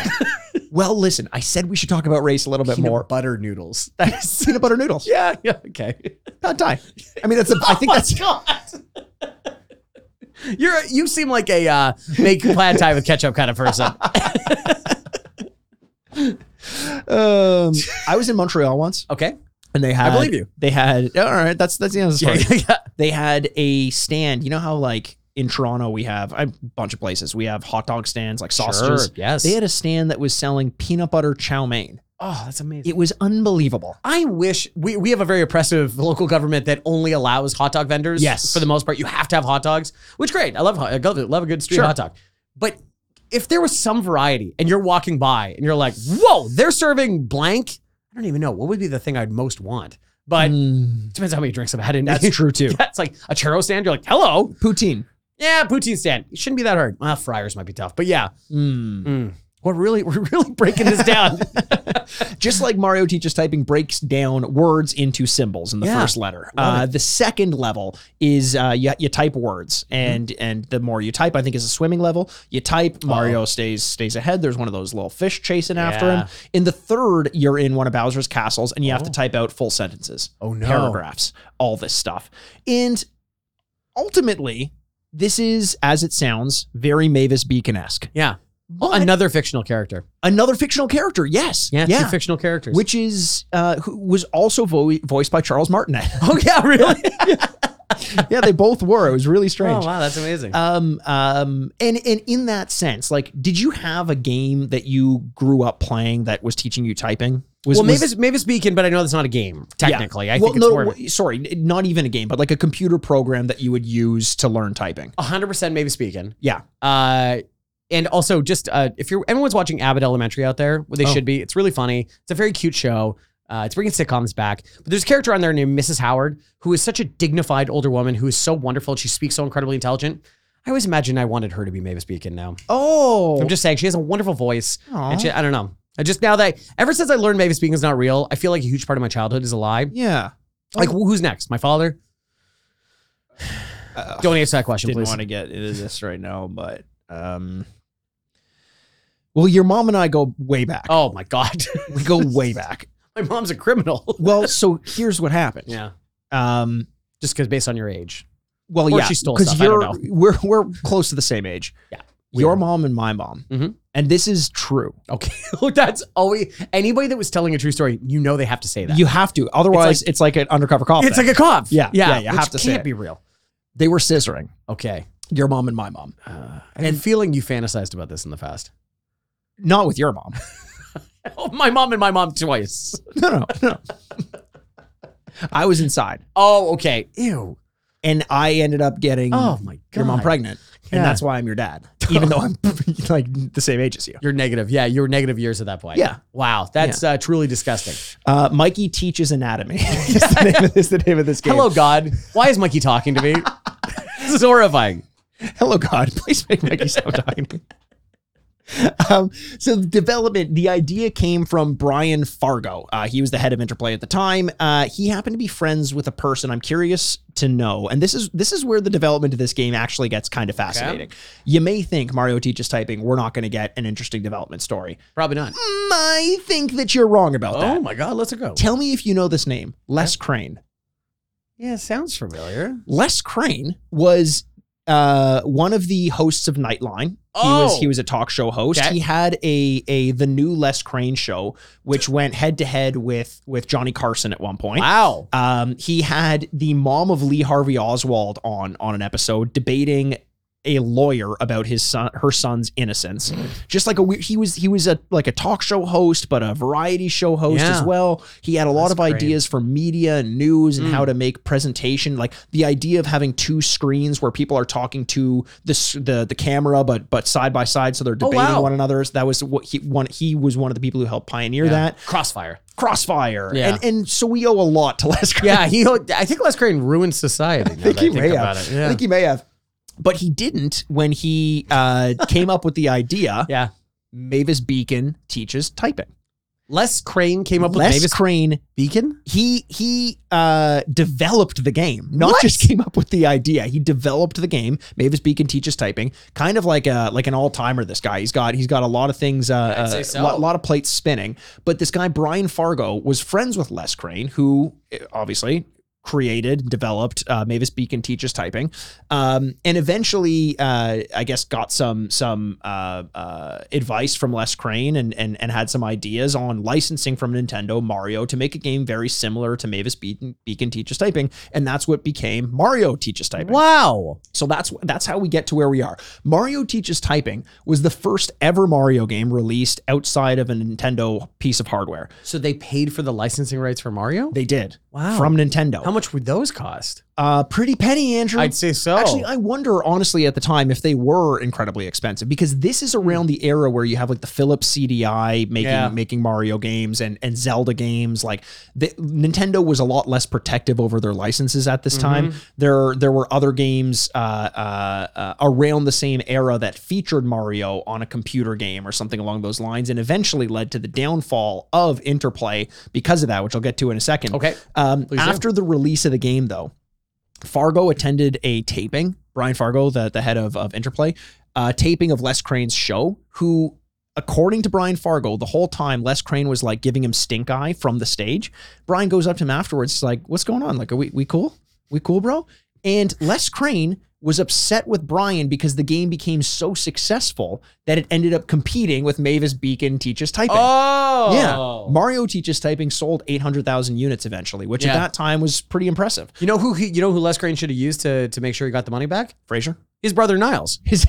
S3: well, listen, I said we should talk about race a little bit more.
S4: butter noodles. <laughs> That is.
S3: Peanut butter noodles,
S4: Yeah. Yeah. Okay.
S3: pad
S4: <laughs>
S3: thai. I mean, that's. A, I think that's.
S4: You're. You seem like a uh, make plaid Thai with ketchup kind of <laughs> person.
S3: Um, I was in Montreal once,
S4: Okay.
S3: and they had.
S4: believe you.
S3: They had. All right, that's that's the end of the
S4: Yeah,
S3: story.
S4: yeah, yeah.
S3: <laughs> They had a stand. You know how like in Toronto we have a bunch of places. We have hot dog stands like sausages.
S4: Sure, yes.
S3: They had a stand that was selling peanut butter chow mein.
S4: oh, that's amazing.
S3: It was unbelievable.
S4: I wish we, we have a very oppressive local government that only allows hot dog vendors.
S3: Yes.
S4: For the most part, you have to have hot dogs, which great. I love hot- I love, love a good street
S3: Sure.
S4: hot dog. But if there was some variety and you're walking by and you're like, whoa, they're serving blank. I don't even know. What would be the thing I'd most want? But
S3: Mm,
S4: it depends how many drinks I've had in
S3: <laughs> that's
S4: <laughs>
S3: true too.
S4: Yeah, it's like a churro stand. You're like, hello.
S3: Poutine.
S4: Yeah, poutine stand. It shouldn't be that hard. Well, fryers might be tough, but yeah.
S3: Mm.
S4: Hmm. We're really, <laughs> we're really breaking this
S3: <laughs>
S4: down. <laughs>
S3: Just like Mario teaches typing breaks down words into symbols in the
S4: Yeah.
S3: first letter.
S4: Love
S3: Uh, the second level is uh, you, you type words,
S4: Mm-hmm.
S3: and and the more you type, I think, is a swimming level. You type Mario stays stays ahead. There's one of those little fish chasing after
S4: Oh. Yeah.
S3: him. In the third, you're in one of Bowser's castles, and you have to type out full sentences,
S4: Oh, no.
S3: paragraphs, all this stuff, and ultimately. This is, as it sounds, very Mavis Beacon esque.
S4: yeah. Another fictional character.
S3: Another fictional character, yes.
S4: Yeah, two fictional characters.
S3: which is uh, who was also vo- voiced by Charles Martinet.
S4: <laughs>
S3: <laughs>
S4: Oh yeah, really?
S3: yeah, they both were. It was really strange.
S4: Oh, wow, that's amazing.
S3: um, um, and and in that sense, like, did you have a game that you grew up playing that was teaching you typing? Was,
S4: well,
S3: was-
S4: Mavis Mavis Beacon, but I know that's not a game technically. I
S3: well,
S4: think
S3: no,
S4: it's more of
S3: w- sorry, n- not even a game, but like a computer program that you would use to learn typing.
S4: a hundred percent Mavis Beacon.
S3: Yeah.
S4: Uh, and also just uh, if you're everyone's watching Abbott Elementary out there, well, they
S3: Oh.
S4: should be. It's really funny. It's a very cute show. Uh, it's bringing sitcoms back. But there's a character on there named Mrs. Howard who is such a dignified older woman who is so wonderful. She speaks so incredibly intelligent. I always imagined I wanted her to be Mavis Beacon now.
S3: Oh,
S4: I'm just saying she has a wonderful voice.
S3: Aw.
S4: And she, I don't know. I just now that ever since I learned Mavis Beacon's not real, I feel like a huge part of my childhood is a lie.
S3: yeah.
S4: Like wh- who's next?
S3: <sighs>
S4: My father?
S3: Uh,
S4: Don't answer that question,
S3: didn't
S4: please.
S3: want to get into this right now, but um, well, your mom and I go way back.
S4: <laughs> Oh my god, <laughs>
S3: We go way back.
S4: my mom's a criminal. <laughs>
S3: Well, so here's what happened.
S4: yeah,
S3: Um,
S4: just because based on your age. <laughs>
S3: well,
S4: Or
S3: yeah,
S4: she stole stuff, I
S3: you're
S4: don't
S3: we're we're close to the same age.
S4: Yeah.
S3: your
S4: Weird.
S3: mom and my mom,
S4: Mhm.
S3: and this is true.
S4: Okay, Oh, that's always anybody that was telling a true story. You know they have to say that.
S3: You have to, otherwise, it's like, an undercover cop.
S4: it's
S3: thing.
S4: like a cop.
S3: Yeah,
S4: yeah.
S3: yeah, you
S4: which
S3: have to say
S4: Can't
S3: it.
S4: be real.
S3: they were scissoring.
S4: Okay.
S3: Your mom and my mom,
S4: Uh, I have a feeling you fantasized about this in the past. <laughs>
S3: not with your mom. <laughs>
S4: Oh, my mom and my mom twice. <laughs>
S3: No, no, no. I was inside,
S4: Oh, okay. Ew.
S3: and I ended up getting
S4: Oh my god.
S3: your mom pregnant,
S4: Yeah.
S3: and that's why I'm your dad, even though I'm <laughs> like the same age as you.
S4: You're negative. Yeah, you were negative years at that point.
S3: Yeah.
S4: Wow, that's uh, truly disgusting.
S3: Uh, Mikey teaches anatomy. <laughs> is,
S4: <laughs>
S3: the name of, is the name of this game?
S4: Hello, God. Why is Mikey talking to <laughs> me? this is horrifying.
S3: Hello, God. <laughs> Please make Mikey stop talking. Um, so the development, the idea came from Brian Fargo. Uh, he was the head of Interplay at the time. Uh, he happened to be friends with a person I'm curious to know, and this is this is where the development of this game actually gets kind of fascinating. You may think Mario teaches typing. We're not going to get an interesting development story.
S4: Probably not.
S3: Mm, I think that you're wrong about that.
S4: Oh my God, let's go.
S3: Tell me if you know this name, Les Crane.
S4: Yeah, sounds familiar.
S3: Les Crane was uh, one of the hosts of Nightline. He was
S4: Oh.
S3: he was a talk show host.
S4: Okay.
S3: He had a a the new Les Crane show, which went head to head with with Johnny Carson at one point.
S4: Wow.
S3: Um, he had the mom of Lee Harvey Oswald on on an episode debating a lawyer about his son, her son's innocence. Just like a weird, he was he was a like a talk show host, but a variety show host
S4: Yeah.
S3: as well. He had a lot
S4: That's
S3: of
S4: great. Mm.
S3: ideas for media and news and how to make presentation. Like the idea of having two screens where people are talking to this the the camera, but but side by side, so they're
S4: Oh,
S3: debating
S4: wow.
S3: one another. So that was what he one he was one of the people who helped pioneer that
S4: Crossfire.
S3: crossfire.
S4: Yeah.
S3: And and so we owe a lot to Les. Crane.
S4: Yeah, he. I think Les Crane ruined society. now that <laughs> I think about it.
S3: I
S4: Yeah.
S3: think he may have. But he didn't when he uh, came up with the <laughs> idea.
S4: yeah.
S3: Mavis Beacon teaches typing.
S4: Les Crane came up
S3: Les
S4: with Mavis
S3: Crane,
S4: Beacon.
S3: he he uh, developed the game, not
S4: What?
S3: just <laughs> came up with the idea. He developed the game. Mavis Beacon teaches typing, kind of like a like an all timer. This guy, he's got he's got a lot of things, a uh,
S4: I'd say
S3: a
S4: so.
S3: lot, lot of plates spinning. But this guy Brian Fargo was friends with Les Crane, who eh, obviously created, developed uh, Mavis Beacon teaches typing, um, and eventually, uh, I guess, got some some uh, uh, advice from Les Crane and and and had some ideas on licensing from Nintendo Mario to make a game very similar to Mavis Beacon, Beacon teaches typing, and that's what became Mario teaches typing.
S4: Wow.
S3: So that's that's how we get to where we are. Mario Teaches Typing was the first ever Mario game released outside of a Nintendo piece of hardware.
S4: So they paid for the licensing rights for Mario.
S3: They did.
S4: Wow.
S3: From Nintendo.
S4: How much would those cost?
S3: Uh pretty penny, Andrew.
S4: I'd say so.
S3: Actually, I wonder honestly at the time if they were incredibly expensive because this is around the era where you have like the Philips CDI making
S4: Yeah.
S3: making Mario games and and Zelda games. Like the, Nintendo was a lot less protective over their licenses at this time. There there were other games uh, uh, uh, around the same era that featured Mario on a computer game or something along those lines, and eventually led to the downfall of Interplay because of that, which I'll get to in a second.
S4: Okay.
S3: Um,
S4: Please do.
S3: after the release of the game, though, Fargo attended a taping. Brian Fargo, the, the head of, of Interplay, uh, taping of Les Crane's show, who, according to Brian Fargo, the whole time Les Crane was like giving him stink eye from the stage. Brian goes up to him afterwards, he's like, What's going on? Like, are we, we cool? We cool, bro? And Les Crane was upset with Brian because the game became so successful that it ended up competing with Mavis Beacon Teaches Typing.
S4: oh.
S3: Yeah. Mario teaches typing sold 800,000 units eventually, which
S4: Yeah.
S3: at that time was pretty impressive.
S4: you know who? He, you know who Les Crane should have used to to make sure he got the money back?
S3: Fraser?
S4: <laughs> His brother Niles.
S3: His-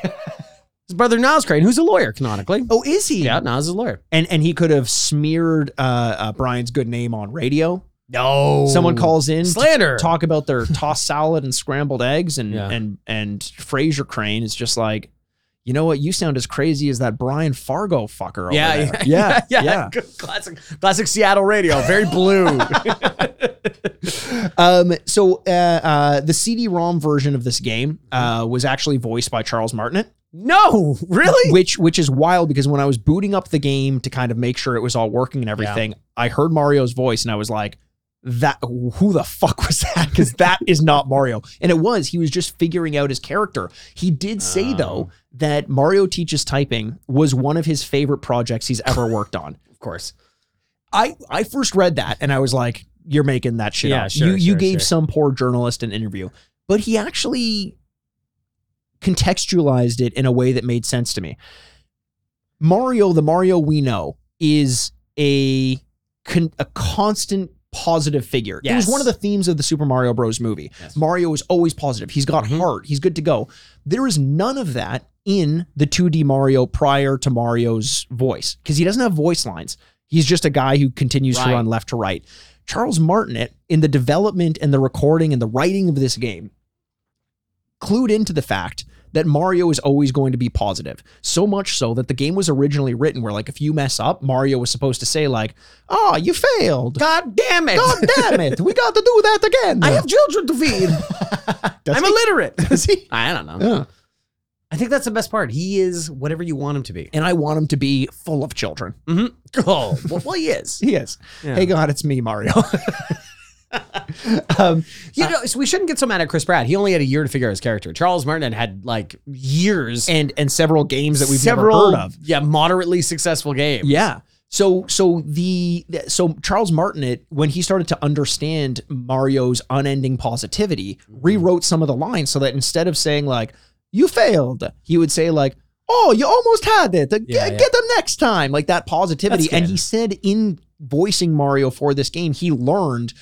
S4: His brother Niles Crane, who's a lawyer canonically.
S3: oh, is he?
S4: Yeah, Niles is a lawyer.
S3: And and he could have smeared uh, uh, Brian's good name on radio.
S4: No.
S3: Someone calls in to
S4: slander.
S3: talk about their tossed <laughs> salad and scrambled eggs and
S4: Yeah.
S3: and and Fraser Crane is just like you know what? You sound as crazy as that Brian Fargo fucker over
S4: <laughs> Yeah,
S3: there.
S4: yeah,
S3: yeah,
S4: <laughs> yeah, Good classic, classic Seattle radio. <laughs> Very blue.
S3: Um, so uh, uh, the CD-ROM version of this game uh, was actually voiced by Charles Martinet.
S4: no, really? <laughs>
S3: which which is wild because when I was booting up the game to kind of make sure it was all working and everything, I heard Mario's voice and I was like, that who the fuck was that? Because that is not Mario. And it was, he was just figuring out his character. He did say
S4: Oh.
S3: though that Mario Teaches Typing was one of his favorite projects he's ever worked on.
S4: Of course.
S3: I I first read that and I was like, you're making that shit
S4: Yeah,
S3: up.
S4: sure,
S3: you you
S4: sure,
S3: gave
S4: sure.
S3: some poor journalist an interview, but he actually contextualized it in a way that made sense to me. Mario, the Mario we know, is a con- a constant positive figure. It
S4: Yes.
S3: was one of the themes of the Super Mario Bros movie.
S4: Yes. Mm-hmm.
S3: Mario is always positive. He's got heart. He's good to go. There is none of that in the 2D Mario prior to Mario's voice because he doesn't have voice lines. He's just a guy who continues
S4: Right.
S3: to run left to right. Charles Martinet, in the development and the recording and the writing of this game, clued into the fact that Mario is always going to be positive. So much so that the game was originally written where, like, if you mess up, Mario was supposed to say, like, oh, you failed.
S4: God damn it!
S3: God damn it. We got to do that again.
S4: I have children to <laughs> feed.
S3: Does
S4: I'm
S3: he? <laughs>
S4: illiterate.
S3: Does he?
S4: I don't know.
S3: Yeah.
S4: I think that's the best part. He is whatever you want him to be.
S3: And I want him to be full of children.
S4: Mm-hmm. Oh, well, well, he is.
S3: He is.
S4: Yeah.
S3: Hey, God, it's me, Mario. <laughs> um,
S4: You know, so we shouldn't get so mad at Chris Pratt. He only had a year to figure out his character. Charles Martin had like years
S3: and and several games that we've
S4: several,
S3: never heard of.
S4: Yeah, moderately successful game.
S3: Yeah. So so the so Charles Martinet when he started to understand Mario's unending positivity
S4: Mm-hmm.
S3: rewrote some of the lines so that instead of saying like you failed he would say like oh you almost had it Get-
S4: Yeah, yeah.
S3: get them next time like that positivity
S4: That's
S3: and
S4: good.
S3: he said in voicing Mario for this game he learned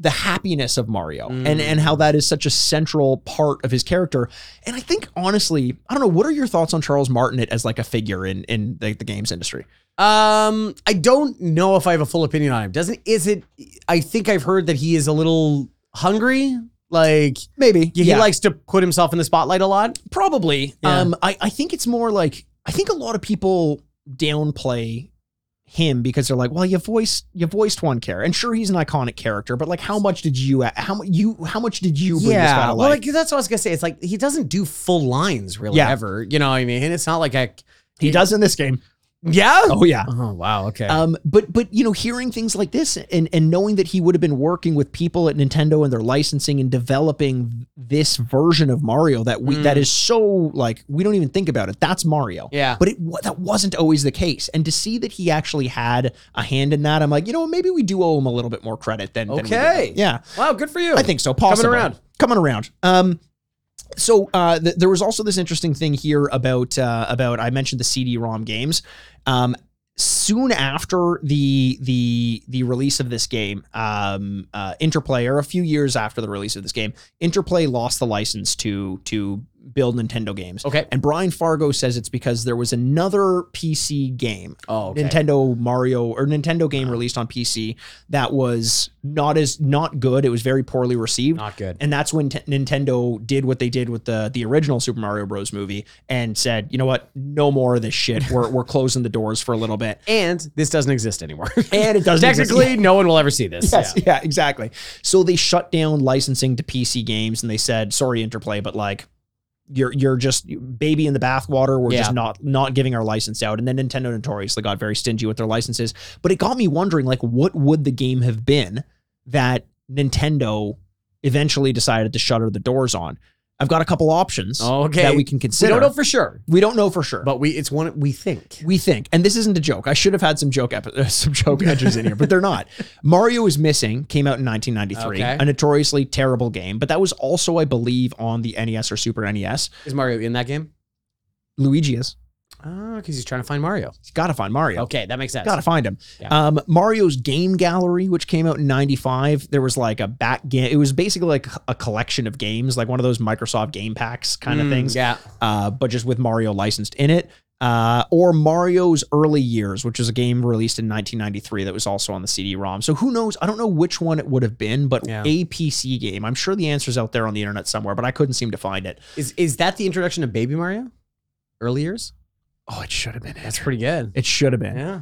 S3: the happiness of Mario
S4: Mm.
S3: and and how that is such a central part of his character. And I think honestly, I don't know, what are your thoughts on Charles Martinet as like a figure in in the, the games industry?
S4: Um, I don't know if I have a full opinion on him. Doesn't is it? I think I've heard that he is a little hungry. Like
S3: Maybe.
S4: he likes to put himself in the spotlight a lot.
S3: probably.
S4: Yeah.
S3: Um I, I think it's more like I think a lot of people downplay him because they're like, well, you voiced you voiced one character, and sure he's an iconic character, but like, how much did you how mu- you how much did you bring this guy to
S4: Yeah, well,
S3: life?
S4: like that's what I was gonna say. It's like he doesn't do full lines really
S3: Yeah.
S4: ever. You know what I mean? It's not like a
S3: he does in this game.
S4: yeah.
S3: Oh yeah,
S4: Oh wow. Okay.
S3: Um, but but you know, hearing things like this and and knowing that he would have been working with people at Nintendo and their licensing and developing this version of Mario that we
S4: Mm.
S3: that is so like we don't even think about it. That's Mario.
S4: yeah.
S3: But it wa- that wasn't always the case, and to see that he actually had a hand in that, I'm like, you know, what, maybe we do owe him a little bit more credit than. than we did.
S4: Okay.
S3: yeah,
S4: Wow. Good for you.
S3: I think so. Possibly.
S4: around.
S3: Coming around. Um, so uh, th- there was also this interesting thing here about uh, about I mentioned the CD-ROM games. Um, soon after the the the release of this game, um, uh, Interplay, or a few years after the release of this game, Interplay lost the license to to build Nintendo games.
S4: Okay.
S3: And Brian Fargo says it's because there was another PC game
S4: Oh.
S3: Nintendo Mario or Nintendo
S4: Uh-huh.
S3: game released on PC that was not as not good. It was very poorly received.
S4: Not good.
S3: and that's when t- Nintendo did what they did with the the original Super Mario Bros. movie and said, you know what, no more of this shit. We're we're closing the doors for a little bit.
S4: And this doesn't exist anymore. <laughs>
S3: And it doesn't exist.
S4: Technically, no one will ever see this.
S3: Yes,
S4: Yeah.
S3: yeah. exactly. So they shut down licensing to PC games and they said, sorry, Interplay, but like you're you're just baby in the bathwater. We're
S4: Yeah.
S3: just not not giving our license out. And then Nintendo notoriously got very stingy with their licenses. But it got me wondering, like, what would the game have been that Nintendo eventually decided to shutter the doors on? I've got a couple options
S4: Okay.
S3: that we can
S4: we
S3: consider.
S4: don't know for sure,
S3: We don't know for sure.
S4: but we it's one we think.
S3: We think, and this isn't a joke. I should have had some joke epi- <laughs> uh, some joke edges in here, but they're not. Mario is Missing came out in 1993,
S4: Okay.
S3: a notoriously terrible game, but that was also, I believe, on the NES or Super NES.
S4: Is Mario in that game?
S3: Luigi is.
S4: Oh, because he's trying to find Mario.
S3: He's got to find Mario.
S4: Okay, that makes sense.
S3: Got to find him.
S4: Yeah.
S3: Um, Mario's Game Gallery, which came out in '95, there was like a back game. It was basically like a collection of games, like one of those Microsoft game packs kind of
S4: Mm,
S3: things.
S4: Yeah.
S3: uh, but just with Mario licensed in it. Uh, or Mario's Early Years, which is a game released in 1993 that was also on the CD-ROM. So who knows? I don't know which one it would have been, but
S4: Yeah.
S3: a PC game. I'm sure the answer's out there on the internet somewhere, but I couldn't seem to find it.
S4: Is is that the introduction of Baby Mario? Early years?
S3: Oh, it should have been.
S4: That's pretty good.
S3: It should have been.
S4: Yeah.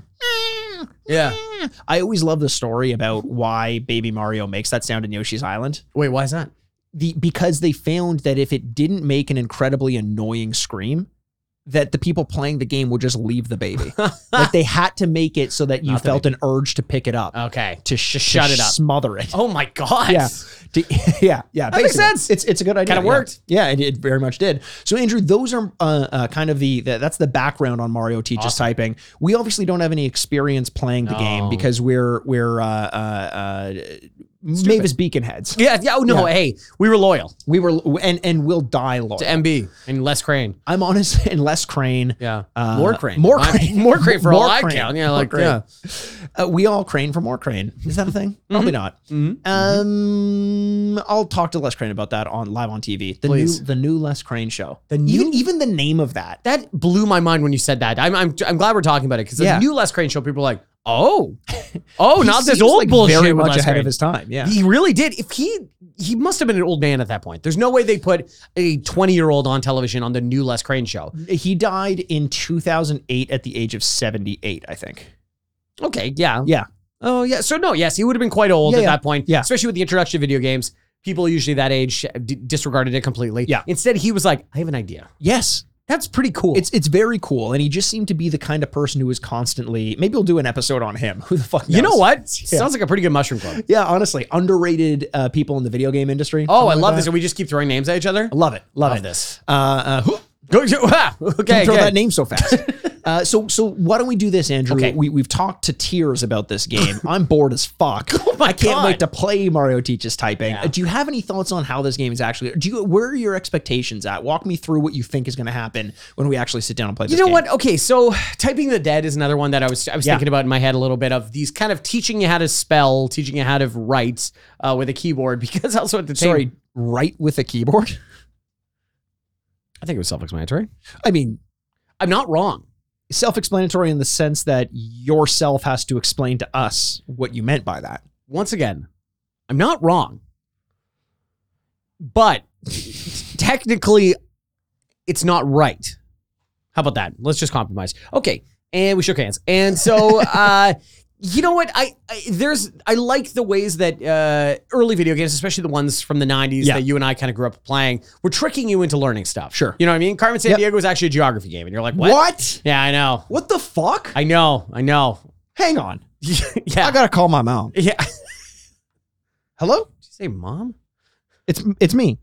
S4: Yeah.
S3: <laughs> I always love the story about why Baby Mario makes that sound in Yoshi's Island.
S4: Wait, why is that?
S3: the because they found that if it didn't make an incredibly annoying scream that the people playing the game would just leave the
S4: <laughs>
S3: baby like they had to make it so that you
S4: Not the
S3: felt an urge to pick it up
S4: Okay.
S3: to sh-
S4: shut
S3: to <laughs>
S4: it up.
S3: smother it
S4: Oh my god.
S3: Yeah. To- <laughs> yeah yeah
S4: That makes
S3: basically.
S4: sense.
S3: it's it's a good idea
S4: Kinda
S3: yeah.
S4: worked.
S3: yeah, it, it very much did so andrew those are uh, uh, kind of the, the that's the background on mario teaches
S4: Awesome.
S3: typing we obviously don't have any experience playing the game
S4: No.
S3: because we're we're uh uh, uh mavis beacon heads
S4: Yeah. Yeah. Oh no. Hey, we were loyal
S3: we were and and we'll die loyal.
S4: to MB and Les Crane.
S3: I'm honest, <laughs> and Les Crane.
S4: Yeah.
S3: Uh,
S4: more Crane.
S3: More
S4: I-
S3: Crane.
S4: <laughs> More Crane for
S3: More
S4: all
S3: Crane.
S4: I count. Yeah.
S3: More
S4: Like
S3: Crane.
S4: yeah.
S3: Uh, we all crane for more crane. Is that a
S4: <laughs>
S3: thing? Probably not.
S4: Mhm.
S3: Um, I'll talk to Les Crane about that on live on TV. The
S4: Mm-hmm. Please.
S3: new the new Les Crane show.
S4: The
S3: even
S4: new-
S3: even the name of that.
S4: That blew my mind when you said that. I'm I'm, I'm glad we're talking about it because the
S3: Yeah.
S4: new Les Crane show, people are like,
S3: <laughs>
S4: oh, oh,
S3: He
S4: not this
S3: seems
S4: old
S3: like
S4: bullshit.
S3: Very
S4: with
S3: much
S4: Les
S3: ahead
S4: Crane.
S3: of his time. Yeah.
S4: He really did. If he he must have been an old man at that point. There's no way they put a 20 year old on television on the new Les Crane show.
S3: He died in 2008 at the age of 78, I think.
S4: Okay, yeah,
S3: Yeah.
S4: Oh yeah. So no, yes, he would have been quite old
S3: Yeah,
S4: at
S3: yeah.
S4: that point.
S3: Yeah.
S4: Especially with the introduction of video games, people usually that age uh, d- disregarded it completely.
S3: Yeah.
S4: Instead, he was like, I have an idea.
S3: Yes,
S4: That's pretty cool.
S3: it's it's very cool, and he just seemed to be the kind of person who was constantly. Maybe we'll do an episode on him. <laughs> Who the fuck?
S4: you know
S3: knows?
S4: what? Sounds like a pretty good mushroom club.
S3: Yeah, honestly, underrated uh, people in the video game industry.
S4: Oh,
S3: Something
S4: I
S3: like
S4: love
S3: that.
S4: this. And we just keep throwing names at each other.
S3: Love it. Love
S4: Love
S3: it.
S4: this.
S3: Uh, uh, whoop.
S4: Go, ah,
S3: Don't
S4: okay.
S3: throw
S4: okay.
S3: that name so
S4: <laughs>
S3: fast. Uh, so, so why don't we do this, Andrew?
S4: Okay.
S3: We, we've talked to tears about this
S4: <laughs>
S3: game. I'm bored as fuck. I can't
S4: Oh God.
S3: wait to play Mario Teaches Typing.
S4: Yeah.
S3: Uh, Do you have any thoughts on how this game is actually? Do you? Where are your expectations at? Walk me through what you think is going to happen when we actually sit down and play.
S4: You
S3: this
S4: know
S3: game.
S4: what? Okay, so typing the dead is another one that I was I was
S3: Yeah.
S4: thinking about in my head a little bit of these kind of teaching you how to spell, teaching you how to write uh, with a keyboard <laughs> because also at the time,
S3: Sorry, right with a keyboard. <laughs>
S4: I think it was self-explanatory.
S3: I mean,
S4: I'm not wrong.
S3: self-explanatory in the sense that yourself has to explain to us what you meant by that.
S4: Once again, I'm not wrong. But technically, it's not right. How about that? Let's just compromise. Okay, and we shook hands.
S3: <laughs>
S4: And so, uh, you know what? I, I there's I like the ways that uh, early video games, especially the ones from the '90s
S3: Yeah.
S4: that you and I kind of grew up playing, were tricking you into learning stuff.
S3: Sure.
S4: you know what I mean. Carmen San
S3: Yep.
S4: Diego is actually a geography game, and you're like, what?
S3: What?
S4: Yeah, I know,
S3: What the fuck?
S4: I know, I know. <laughs>
S3: Hang on.
S4: yeah,
S3: I gotta call my mom.
S4: yeah. Did you
S3: Hello?
S4: say mom?
S3: It's it's me.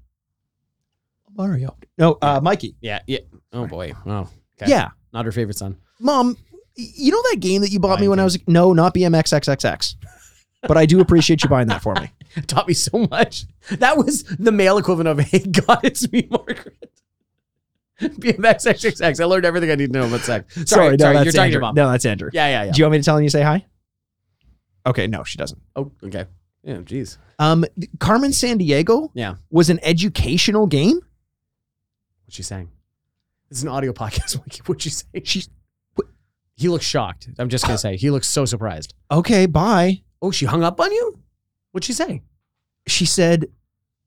S3: Mario. No, uh, Mikey.
S4: Yeah, yeah. Oh boy. Oh, okay.
S3: Yeah,
S4: Not her favorite son. <laughs>
S3: mom. y- You know that game that you bought me
S4: Lion
S3: when I
S4: King.
S3: was no, not
S4: <laughs>
S3: BMXXXX. But I do appreciate you buying that for me.
S4: Taught me so much. That was the male equivalent of "Hey God, it's me, Margaret." <laughs> BMX XXX. I learned everything I need to know about sex. <laughs> Sorry, sorry.
S3: no, that's
S4: you're talking
S3: Andrew.
S4: about.
S3: No, that's Andrew.
S4: Yeah, yeah, yeah.
S3: Do you want me to tell him you say hi? Okay, no, she doesn't.
S4: Oh, okay. Yeah, jeez.
S3: Um, th- Carmen San Diego
S4: Yeah.
S3: was an educational game.
S4: What's she saying? This is an audio <laughs> podcast. Mikey. What'd she say?
S3: She's-
S4: He looks shocked. I'm just gonna say he looks so surprised.
S3: Okay, bye.
S4: Oh, she hung up on you. What'd she say?
S3: She said,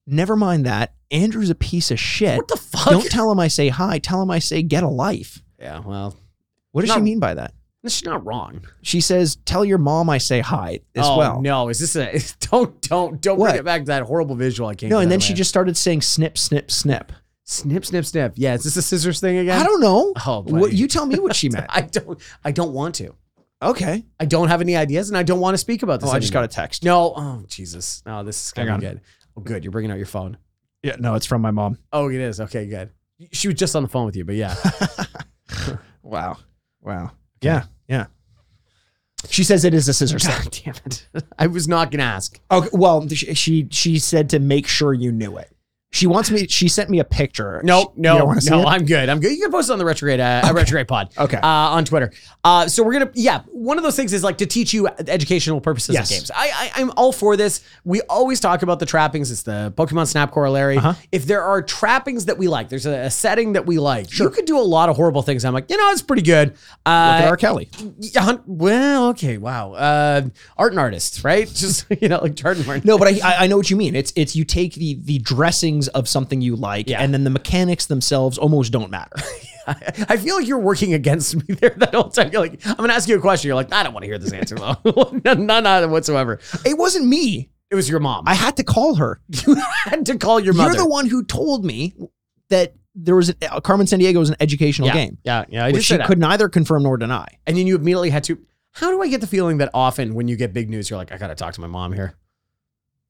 S3: "Never mind that. Andrew's a piece of shit.
S4: What the fuck?
S3: Don't tell him I say hi. Tell him I say get a life."
S4: yeah. Well,
S3: What does
S4: No.
S3: she mean by that?
S4: she's not wrong.
S3: She says, "Tell your mom I say hi as
S4: oh,
S3: well."
S4: No, is this a <laughs> don't don't don't
S3: What?
S4: bring it back to that horrible visual I can't.
S3: No,
S4: get out
S3: and then
S4: of my
S3: she
S4: head.
S3: just started saying snip, snip, snip.
S4: snip snip snip. Yeah, is this a scissors thing again?
S3: I don't know.
S4: Oh, buddy.
S3: what
S4: <laughs>
S3: you tell me what <laughs> she meant.
S4: I don't. I don't want to.
S3: Okay.
S4: I don't have any ideas, and I don't want to speak about this.
S3: Oh, I just got
S4: anymore.
S3: a text.
S4: No. Oh, Jesus. No, this is
S3: Hang
S4: kind of good. Oh, good. You're bringing out your phone.
S3: Yeah, no, it's from my mom.
S4: Oh, it is. Okay, good. She was just on the phone with you, but yeah. <laughs>
S3: Wow. Wow. Yeah. Yeah. She says it is a scissor <laughs> set.
S4: God damn it. I was not gonna ask.
S3: Okay. Well, she, she she said to make sure you knew it. She wants me. She sent me a picture.
S4: No,
S3: She- you
S4: no,
S3: don't wanna see
S4: no.
S3: it?
S4: I'm good. I'm good. You can post it on the retrograde, uh, retrograde pod.
S3: Okay.
S4: uh, on Twitter. Uh, so we're gonna, yeah, one of those things is like to teach you educational purposes
S3: Yes.
S4: of games. I, I, I'm all for this. We always talk about the trappings. It's the Pokemon Snap corollary.
S3: Uh-huh.
S4: If there are trappings that we like, there's a, a setting that we like. You could do a lot of horrible things. I'm like, you know, it's pretty good.
S3: Look at
S4: Uh,
S3: R. Kelly.
S4: yeah, hun- well, okay, wow. Uh, art and artist, right? <laughs> Just you know, like Jordan Martin.
S3: No, but I- I I know what you mean. It's it's you take the the dressings of something you like,
S4: Yeah.
S3: and then the mechanics themselves almost don't matter. <laughs>
S4: I, <laughs> I feel like you're working against me there that whole time. You're like, I'm gonna ask you a question. You're like, I don't want to hear this answer though. <laughs> none, none, none whatsoever.
S3: it wasn't me.
S4: It was your mom.
S3: I had to call her.
S4: had to call your mother.
S3: You're the one who told me that there was a, Carmen San Diego was an educational
S4: yeah,
S3: game,
S4: Yeah, yeah. I
S3: which
S4: did say
S3: she
S4: that.
S3: could neither confirm nor deny.
S4: and then you immediately had to. How do I get the feeling that often when you get big news, you're like, I gotta talk to my mom here.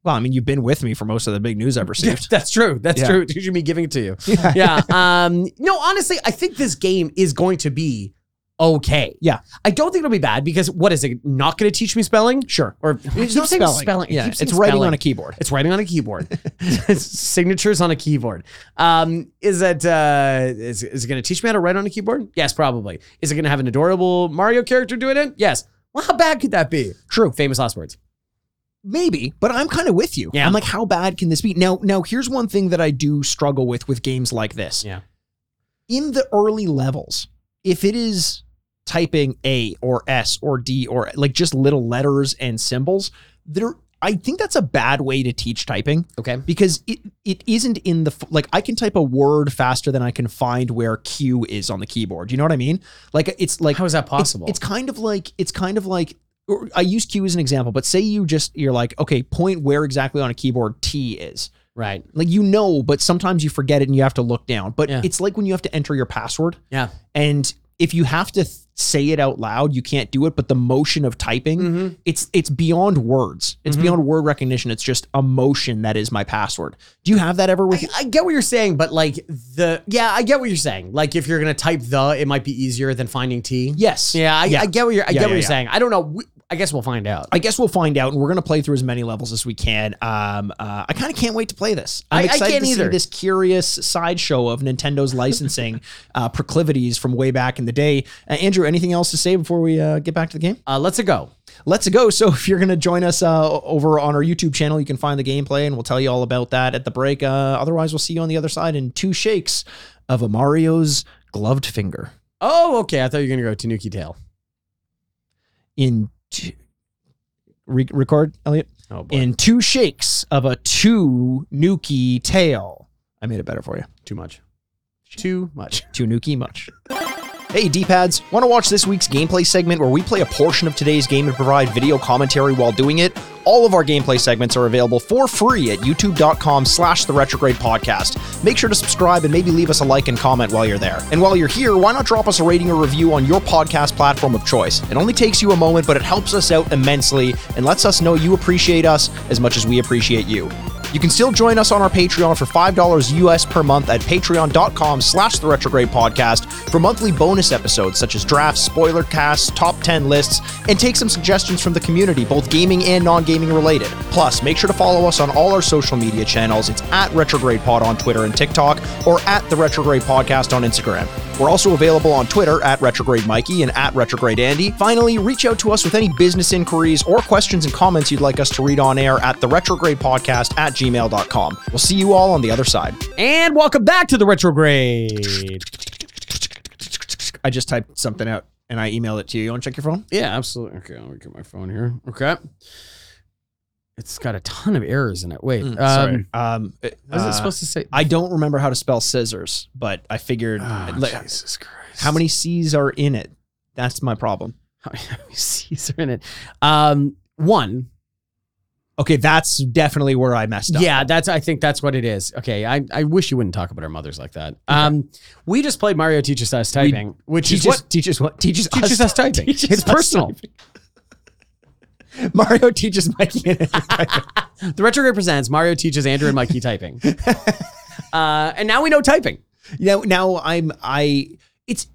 S3: Well, I mean, you've been with me for most of the big news I've received.
S4: That's true.
S3: <laughs>
S4: That's
S3: Yeah.
S4: true. It should be giving it to you. <laughs>
S3: <laughs>
S4: Yeah. um. No, honestly, I think this game is going to be okay.
S3: Yeah.
S4: I don't think it'll be bad because what is it? Not going to teach me spelling?
S3: Sure.
S4: Or
S3: It's
S4: I
S3: not
S4: keep saying
S3: spelling.
S4: spelling. I
S3: Yeah,
S4: keep
S3: it's
S4: saying
S3: writing
S4: spelling.
S3: on a keyboard.
S4: It's writing on a keyboard.
S3: <laughs>
S4: <laughs> It's Signatures on a keyboard. Um, is that uh, is, is it going to teach me how to write on a keyboard? Yes, probably. Is it going to have an adorable Mario character doing it? Yes. Well, how bad could that be?
S3: True.
S4: Famous last words.
S3: Maybe, but I'm kind of with you.
S4: Yeah.
S3: I'm like, how bad can this be? Now, now here's one thing that I do struggle with with games like this.
S4: Yeah.
S3: In the early levels, if it is typing A or S or D or like just little letters and symbols, there I think that's a bad way to teach typing.
S4: Okay.
S3: because it it isn't in the f- like I can type a word faster than I can find where Q is on the keyboard. You know what I mean? Like it's like
S4: How is that
S3: it's-
S4: possible?
S3: It's, kind of like it's kind of like or I use Q as an example, but say you just you're like okay, point where exactly on a keyboard T is.
S4: right.
S3: Like you know, but sometimes you forget it and you have to look down. But
S4: Yeah.
S3: it's like when you have to enter your password
S4: Yeah.
S3: and if you have to th- say it out loud, you can't do it. But the motion of typing,
S4: Mhm.
S3: it's it's beyond words. It's
S4: Mhm.
S3: beyond word recognition. It's just a motion that is my password. Do you have that ever with?
S4: I, I get what you're saying, but like the yeah, I get what you're saying. Like if you're gonna type the, it might be easier than finding T.
S3: yes.
S4: Yeah, I,
S3: Yeah.
S4: I get what you're. I
S3: Yeah,
S4: get
S3: yeah,
S4: what you're
S3: yeah.
S4: saying. I don't know. We, I guess we'll find out.
S3: I guess we'll find out, and we're gonna play through as many levels as we can. Um, uh, I kind of can't wait to play this. I'm
S4: I- I
S3: excited
S4: can't
S3: to see
S4: either.
S3: this curious sideshow of Nintendo's
S4: <laughs>
S3: licensing uh, proclivities from way back in the day. Uh, Andrew, anything else to say before we uh, get back to the game?
S4: Uh, let's go.
S3: let's go. So <laughs> if you're going to join us uh, over on our YouTube channel, you can find the gameplay and we'll tell you all about that at the break. Uh, otherwise, we'll see you on the other side in two shakes of a Mario's gloved finger.
S4: Oh, okay. I thought you were gonna go Tanuki Tail.
S3: In two, re- record, Elliot.
S4: Oh boy,
S3: In two shakes of a two nuki tail. I made it better for you.
S4: too much. Too much.
S3: Too nuki much. Hey D-pads, want to watch this week's gameplay segment where we play a portion of today's game and provide video commentary while doing it? All of our gameplay segments are available for free at youtube.com slash the retrograde podcast. Make sure to subscribe and maybe leave us a like and comment while you're there. And while you're here, why not drop us a rating or review on your podcast platform of choice? It only takes you a moment, but it helps us out immensely and lets us know you appreciate us as much as we appreciate you. You can still join us on our Patreon for $5 US per month at patreon.com slash the retrograde podcast for monthly bonus episodes such as drafts, spoiler casts, top 10 lists, and take some suggestions from the community, both gaming and non-gaming related. Plus, make sure to follow us on all our social media channels. It's at Retrograde Pod on Twitter and TikTok, or at the Retrograde Podcast on Instagram. We're also available on Twitter at Retrograde Mikey and at Retrograde Andy. Finally, reach out to us with any business inquiries or questions and comments you'd like us to read on air at the retrograde podcast at gmail.com. We'll see you all on the other side.
S4: And welcome back to the retrograde.
S3: I just typed something out and I emailed it to you. You want to check your phone?
S4: Yeah, absolutely. Okay, let me get my phone here. Okay. It's got a ton of errors in it. Wait, um,
S3: Sorry. Um, it-
S4: what is
S3: uh,
S4: it supposed to say?
S3: I don't remember how to spell scissors, but I figured
S4: Oh,
S3: like,
S4: Jesus Christ!
S3: how many C's are in it? That's my problem.
S4: <laughs> how many C's are in it? Um, one.
S3: Okay, that's definitely where I messed <laughs> up.
S4: Yeah, that's. I think that's what it is. Okay, I, I wish you wouldn't talk about our mothers like that. Um, we just played Mario teaches us typing, which is
S3: Teaches
S4: what
S3: teaches what teaches
S4: teaches us typing.
S3: teaches
S4: it's
S3: us
S4: personal.
S3: <laughs> Mario teaches <laughs> Mikey. and Andrew.
S4: The retrograde presents Mario teaches Andrew and
S3: <laughs>
S4: Mikey typing, uh, and now we know typing.
S3: now now i'm i it's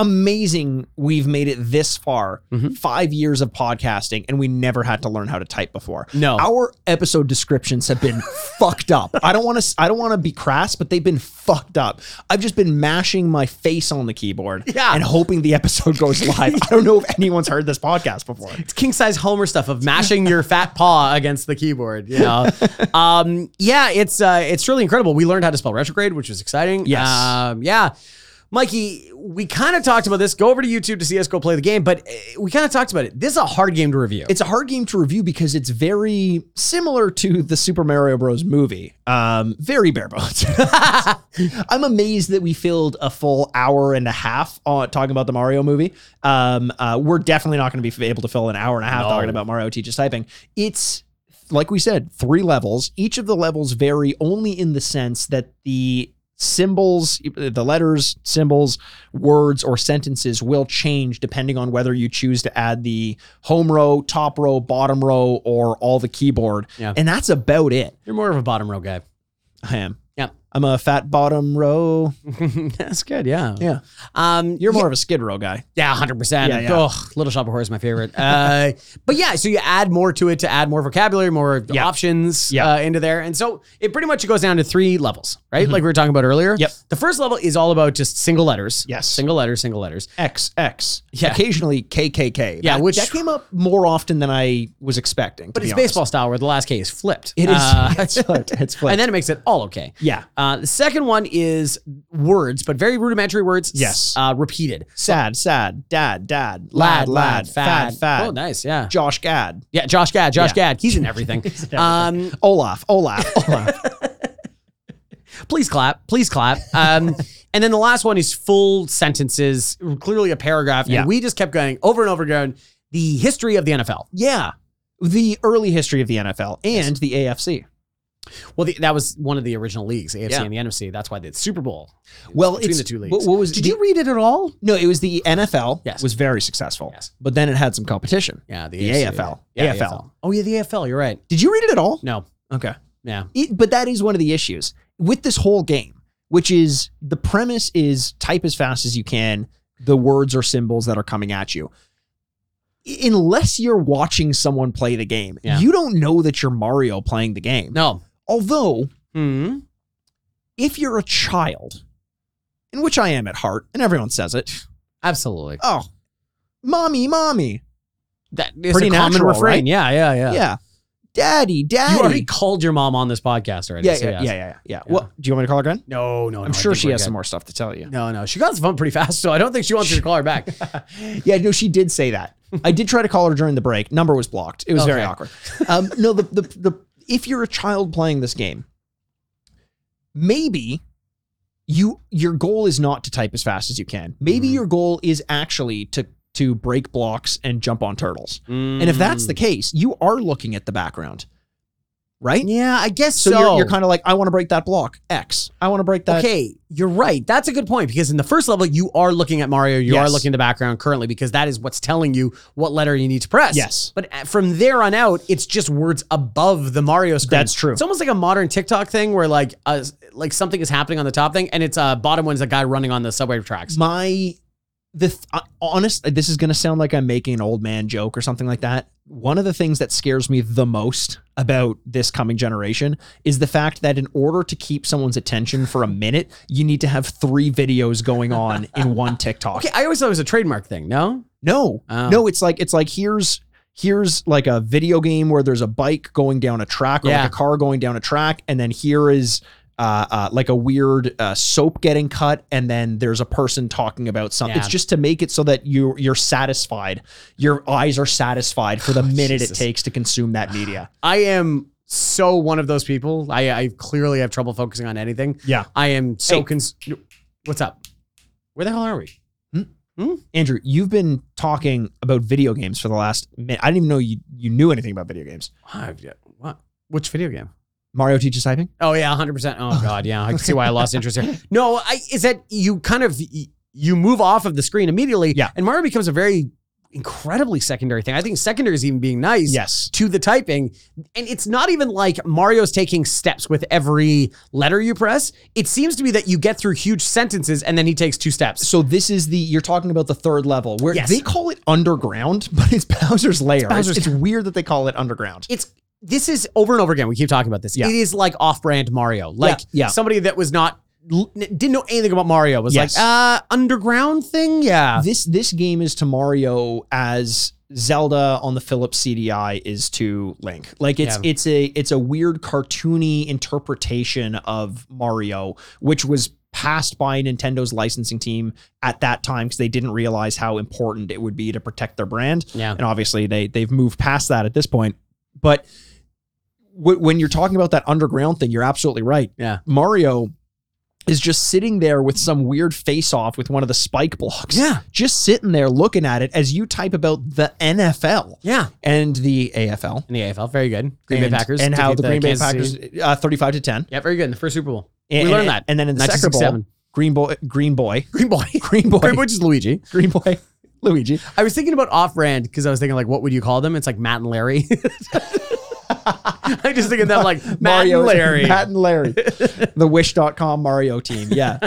S3: amazing we've made it this far
S4: Mm-hmm.
S3: five years of podcasting and we never had to learn how to type before
S4: No.
S3: our episode descriptions have
S4: <laughs>
S3: been fucked up i don't want to i don't want to be crass but they've been fucked up i've just been mashing my face on the keyboard
S4: Yeah.
S3: and hoping the episode
S4: <laughs>
S3: goes live i don't know if anyone's heard this podcast before
S4: It's king size Homer stuff of mashing your fat paw against the keyboard.
S3: <laughs>
S4: You know? um, yeah, it's uh, it's really incredible. We learned how to spell retrograde, which was exciting.
S3: Yes.
S4: Um, yeah. Mikey, we kind of talked about this. Go over to YouTube to see us go play the game, but eh, we kind of talked about it. This is a hard game to review.
S3: it's a hard game to review because it's very similar to the Super Mario Bros. movie. Um, very bare bones. <laughs> I'm amazed that we filled a full hour and a half on talking about the Mario movie. Um, uh, we're definitely not going to be able to fill an hour and a half
S4: No.
S3: talking about Mario teaches typing. It's like we said, three levels. Each of the levels vary only in the sense that the symbols, the letters, symbols, words, or sentences will change depending on whether you choose to add the home row, top row, bottom row, or all the keyboard.
S4: Yeah.
S3: And that's about it.
S4: You're more of a bottom row guy.
S3: I am.
S4: Yeah.
S3: I'm a fat bottom <laughs> row.
S4: That's good. Yeah.
S3: Yeah.
S4: Um,
S3: You're more of a skid row guy.
S4: Yeah, hundred percent.
S3: Yeah, yeah.
S4: Ugh, Little Shop of Horrors is my favorite. <laughs> Uh, but yeah, so you add more to it to add more vocabulary, more
S3: Yeah.
S4: options
S3: Yeah.
S4: uh, into there, and so it pretty much goes down to three levels, right? Like we were talking about earlier.
S3: Mm-hmm. Yep.
S4: The first level is all about just single letters.
S3: Yes.
S4: Single letters, single letters.
S3: X, X.
S4: Yeah.
S3: Occasionally KKK.
S4: Yeah,
S3: That,
S4: which-
S3: that came up more often than I was expecting.
S4: But it's baseball style where the last K is flipped.
S3: It is.
S4: Uh,
S3: it's <laughs> flipped. It's flipped.
S4: and then it makes it all okay.
S3: yeah.
S4: Uh, the second one is words, but very rudimentary words.
S3: Yes.
S4: Uh, repeated.
S3: Sad, sad, dad, dad, lad, lad, fad, fad.
S4: Oh, nice. Yeah.
S3: Josh Gad,
S4: Yeah. Josh Gad. Josh
S3: Yeah.
S4: Gad. He's in
S3: <laughs>
S4: everything. Um,
S3: Olaf, Olaf, <laughs> Olaf.
S4: please clap, please clap. <laughs> Um, and then the last one is full sentences, clearly a paragraph.
S3: Yeah.
S4: And we just kept going over and over again the history of the NFL.
S3: yeah. The early history of the NFL and the AFC.
S4: Well, the, that was one of the original leagues, AFC
S3: Yeah.
S4: and the NFC. That's why the Super Bowl.
S3: Well,
S4: between
S3: it's
S4: the two leagues.
S3: What, what was
S4: Did
S3: the-
S4: you read it at all?
S3: No, it was the NFL.
S4: Yes.
S3: was very successful.
S4: Yes.
S3: but then it had some competition.
S4: Yeah, the,
S3: The
S4: AFC.
S3: AFL.
S4: Yeah,
S3: AFL.
S4: Oh yeah, the AFL. You're right.
S3: Did you read it at all?
S4: No.
S3: Okay.
S4: Yeah.
S3: It, E, but that is one of the issues with this whole game, which is the premise is type as fast as you can the words or symbols that are coming at you. I- Unless you're watching someone play the game,
S4: Yeah.
S3: you don't know that you're Mario playing the game.
S4: No.
S3: Although,
S4: Hmm.
S3: if you're a child, in which I am at heart, and everyone says it,
S4: <sighs> Absolutely.
S3: oh, mommy, mommy.
S4: That is
S3: Pretty
S4: a common
S3: natural,
S4: refrain.
S3: right?
S4: Yeah, yeah, yeah.
S3: Yeah. Daddy, daddy.
S4: You <laughs> already called your mom on this podcast already.
S3: yeah,
S4: so
S3: yeah, yeah, yeah,
S4: yes.
S3: yeah, yeah. Well, do you want me to call her again?
S4: No, no, no.
S3: I'm
S4: I
S3: sure
S4: think
S3: she
S4: we're
S3: has
S4: good.
S3: some more stuff to tell you.
S4: <laughs> No, no. She got the phone pretty fast, so I don't think she wants you to call her back.
S3: Yeah, no, she did say that. I did try to call her during the break. Number was blocked. It was very
S4: Okay.
S3: awkward. Um, no, the, the the if you're a child playing this game, maybe you your goal is not to type as fast as you can. Maybe
S4: Mhm.
S3: your goal is actually to to break blocks and jump on turtles. And if that's the case, you are looking at the background, right?
S4: yeah, I guess
S3: So,
S4: so.
S3: you're, you're kind of like, I want to break that block X. I want to break that.
S4: okay, you're right. That's a good point because in the first level, you are looking at Mario, you are
S3: Yes.
S4: looking at the background currently because that is what's telling you what letter you need to press.
S3: Yes.
S4: But uh, from there on out, it's just words above the Mario screen.
S3: That's true.
S4: It's almost like a modern TikTok thing where like uh, like something is happening on the top thing, and it's uh, bottom one is a guy running on the subway tracks.
S3: my the th- uh, honest this is going to sound like i'm making an old man joke or something like that one of the things that scares me the most about this coming generation is the fact that in order to keep someone's attention for a minute you need to have three videos going on in
S4: <laughs>
S3: one tiktok
S4: Okay, I always thought it was a trademark thing. No,
S3: no
S4: Oh.
S3: no it's like it's like here's here's like a video game where there's a bike going down a track or
S4: Yeah.
S3: like a car going down a track and then here is uh, uh, like a weird uh, soap getting cut, and then there's a person talking about something.
S4: Yeah.
S3: It's just to make it so that you you're satisfied, your eyes are satisfied for the minute
S4: Oh, Jesus.
S3: it takes to consume that media.
S4: I am so one of those people. I, I clearly have trouble focusing on anything.
S3: Yeah,
S4: I am so
S3: Hey.
S4: cons. What's up? Where the hell are we?
S3: Andrew, you've been talking about video games for the last minute. I didn't even know you you knew anything about video games.
S4: I've got- What? Which video game?
S3: Mario teaches typing.
S4: Oh yeah, hundred percent. <laughs> Oh god, yeah. I can see why I lost interest here. No, I is that you kind of you move off of the screen immediately.
S3: Yeah.
S4: and Mario becomes a very incredibly secondary thing. I think secondary is even being nice.
S3: Yes.
S4: To the typing. And it's not even like Mario's taking steps with every letter you press. It seems to be that you get through huge sentences and then he takes two steps.
S3: So this is the you're talking about the third level where
S4: Yes.
S3: they call it underground, <laughs> but it's Bowser's lair. It's,
S4: Bowser's-
S3: it's weird that they call it underground.
S4: It's this is over and over again. We keep talking about this.
S3: Yeah.
S4: It is like off-brand Mario. Like
S3: yeah.
S4: somebody that was not didn't know anything about Mario was
S3: Yes.
S4: like, uh, underground thing? Yeah.
S3: This this game is to Mario as Zelda on the Philips CDI is to Link. Like it's
S4: Yeah.
S3: it's a it's a weird cartoony interpretation of Mario, which was passed by Nintendo's licensing team at that time because they didn't realize how important it would be to protect their brand.
S4: Yeah.
S3: and obviously they they've moved past that at this point. But w- when you're talking about that underground thing, you're absolutely right.
S4: Yeah.
S3: Mario is just sitting there with some weird face off with one of the spike blocks.
S4: Yeah.
S3: just sitting there looking at it as you type about the NFL
S4: Yeah.
S3: and the AFL.
S4: In the AFL. Very good. Green
S3: and,
S4: Bay Packers.
S3: and how
S4: defeat
S3: the Green Bay
S4: Kansas
S3: Packers
S4: City.
S3: uh, thirty-five to ten.
S4: Yeah, very good. In the first Super Bowl.
S3: And,
S4: we learned
S3: and-
S4: that.
S3: And then in the second bowl,
S4: 1967.
S3: Green Boy, Green Boy, <laughs>
S4: Green Boy.
S3: Green Boy,
S4: Green Boy is Luigi.
S3: Green Boy, Luigi.
S4: I was thinking about off brand because I was thinking, like, what would you call them? It's like Matt and Larry. <laughs> I'm just thinking that, like, Matt
S3: Mario
S4: and Larry.
S3: Matt and
S4: <laughs>
S3: Larry. the wish.com Mario team. Yeah.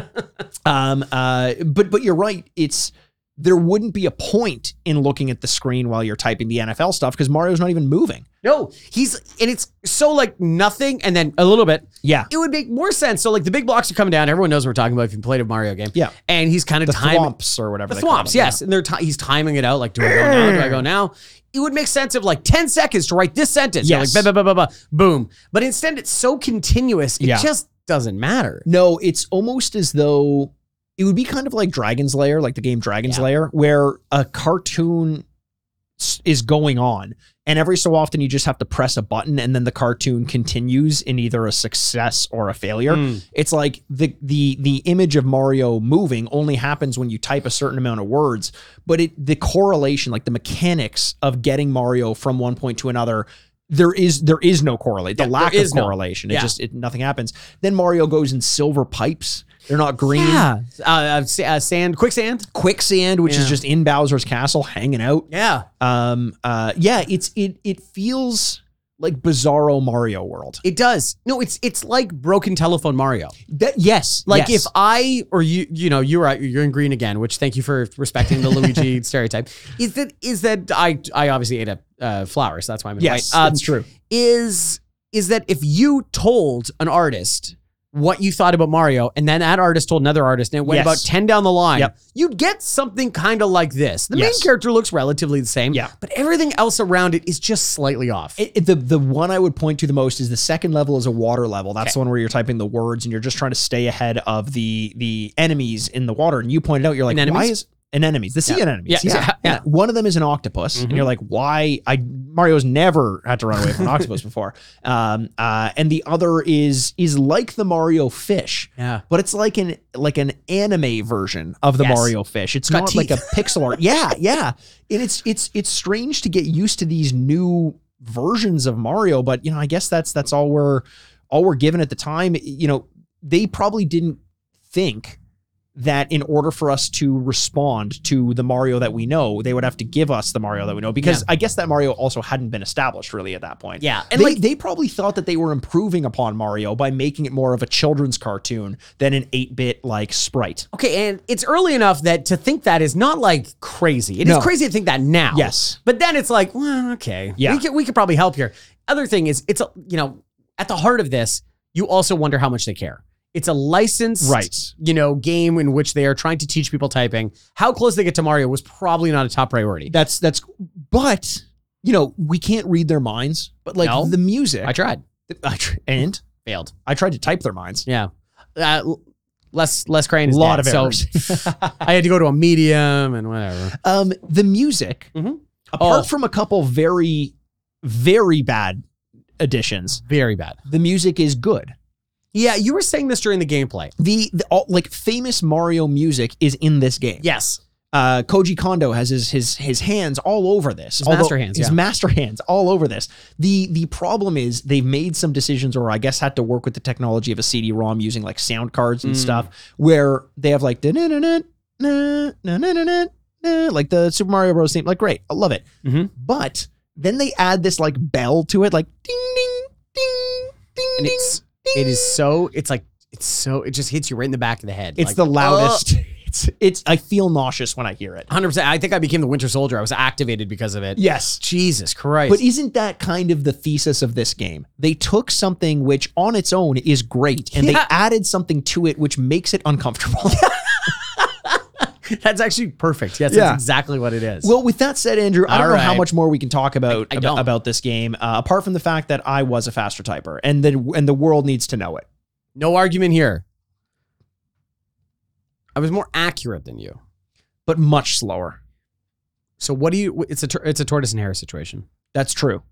S3: um uh but but you're right. It's there wouldn't be a point in looking at the screen while you're typing the NFL stuff because Mario's not even moving.
S4: No, he's, and it's so like nothing and then a little bit.
S3: Yeah.
S4: It would make more sense. So, like, the big blocks are coming down. Everyone knows what we're talking about if you played a Mario game.
S3: Yeah.
S4: And he's kind of
S3: The
S4: timing.
S3: thwomps or whatever.
S4: The
S3: they call
S4: swamps,
S3: them, yeah.
S4: yes. And they're ti- he's timing it out. Like, do I go now? Do I
S3: <clears throat>
S4: go now? It would make sense of like 10 seconds to write this sentence. You're
S3: Yes.
S4: Like, bah, bah, bah, bah, bah, boom. But instead, it's so continuous, it
S3: Yeah.
S4: just doesn't matter.
S3: No, it's almost as though it would be kind of like Dragon's Lair, like the game Dragon's
S4: Yeah.
S3: Lair, where a cartoon s- is going on, and every so often you just have to press a button, and then the cartoon continues in either a success or a failure.
S4: Hmm.
S3: It's like the the the image of Mario moving only happens when you type a certain amount of words, but it the correlation, like the mechanics of getting Mario from one point to another. there is there is no correlate. The
S4: Yeah,
S3: lack
S4: there
S3: of
S4: is no-
S3: correlation. It
S4: yeah.
S3: just it, nothing happens. Then Mario goes in silver pipes. They're not green.
S4: Yeah. Uh, uh, sa- uh, sand, quicksand.
S3: Quicksand, which
S4: Yeah.
S3: is just in Bowser's castle, hanging out.
S4: Yeah.
S3: Um. Uh. Yeah. It's it it feels like Bizarro Mario World.
S4: It does. No, it's it's like broken telephone Mario.
S3: That yes.
S4: Like
S3: yes.
S4: if I or you, you know, you're out- you're in green again, which thank you for respecting
S3: <laughs>
S4: the Luigi stereotype. Is that is that I I obviously ate a uh, flower, so that's why I'm in
S3: yes,
S4: white. Um,
S3: that's true.
S4: Is is that if you told an artist what you thought about Mario, and then that artist told another artist, and it went
S3: Yes.
S4: about ten down the line,
S3: Yep.
S4: you'd get something kind of like this. The main
S3: Yes.
S4: character looks relatively the same,
S3: Yeah.
S4: but everything else around it is just slightly off.
S3: It, it- the the one I would point to the most is the second level is a water level. That's
S4: Okay.
S3: the one where you're typing the words and you're just trying to stay ahead of the the enemies in the water. And you pointed out, you're like, why
S4: Anemones?
S3: is anemones the sea
S4: Yeah.
S3: anemones?
S4: Yeah, yeah, <laughs> yeah.
S3: One of them is an octopus, and
S4: Mhm.
S3: you're like, why? I Mario's never had to run away from
S4: <laughs>
S3: an octopus before. Um, uh, and the other is is like the Mario fish.
S4: yeah,
S3: But it's like an like an anime version of the
S4: Yes.
S3: Mario fish. It's
S4: got
S3: not like a pixel art. Yeah, yeah. And it's it's it's strange to get used to these new versions of Mario, but you know, I guess that's that's all we're all we're given at the time. You know, they probably didn't think that in order for us to respond to the Mario that we know, they would have to give us the Mario that we know because I guess that Mario also hadn't been established really at that point.
S4: yeah,
S3: And they, like they probably thought that they were improving upon Mario by making it more of a children's cartoon than an 8-bit like sprite.
S4: Okay, and it's early enough that to think that is not like crazy. It is
S3: No.
S4: crazy to think that now.
S3: Yes.
S4: But then it's like, well, okay.
S3: Yeah.
S4: We could, we could probably help here. Other thing is, it's, a, you know, at the heart of this, you also wonder how much they care. It's a licensed,
S3: Right.
S4: you know, game in which they are trying to teach people typing. How close they get to Mario was probably not a top priority.
S3: That's that's but you know, we can't read their minds, but like
S4: No.
S3: the music
S4: I tried.
S3: I tr- and
S4: Failed.
S3: I tried to type their minds.
S4: Yeah. Uh, Les, Les Crane is
S3: A lot of
S4: dead, so
S3: errors.
S4: <laughs> I had to go to a medium and whatever.
S3: um the music
S4: Mhm.
S3: apart
S4: Oh.
S3: from a couple very very bad additions,
S4: Very bad.
S3: the music is good.
S4: Yeah, you were saying this during the gameplay.
S3: The, the all, like famous Mario music is in this game.
S4: Yes.
S3: uh, Koji Kondo has his his his hands all over this.
S4: His
S3: Although-
S4: master hands,
S3: His
S4: yeah.
S3: master hands all over this. The the problem is they've made some decisions, or I guess had to work with the technology of a CD-ROM using like sound cards and
S4: Mm.
S3: stuff, where they have like "Da-na-na-na, na, na-na-na-na, na," like the Super Mario Bros. theme. Like, great, I love it.
S4: Mhm.
S3: But then they add this like bell to it, like ding ding ding ding.
S4: and it's it is so it's like it's so it just hits you right in the back of the head.
S3: it's the loudest. <laughs> It's it's. I feel nauseous when I hear it.
S4: Hundred percent. I think I became the Winter Soldier. I was activated because of it.
S3: Yes.
S4: Jesus Christ.
S3: But isn't that kind of the thesis of this game? They took something which on its own is great and
S4: Yeah.
S3: they added something to it which makes it uncomfortable.
S4: <laughs> that's actually perfect. Yes,
S3: Yeah.
S4: that's exactly what it
S3: <laughs>
S4: is.
S3: well, with that said, Andrew, I don't
S4: All
S3: know how
S4: right.
S3: much more we can talk about
S4: I
S3: ab-
S4: don't.
S3: about this game uh, apart from the fact that I was a faster typer and then and the world needs to know it.
S4: no argument here. I was more accurate than you.
S3: But much slower.
S4: So what do you? It's a tur- it's a tortoise and hare situation.
S3: That's true.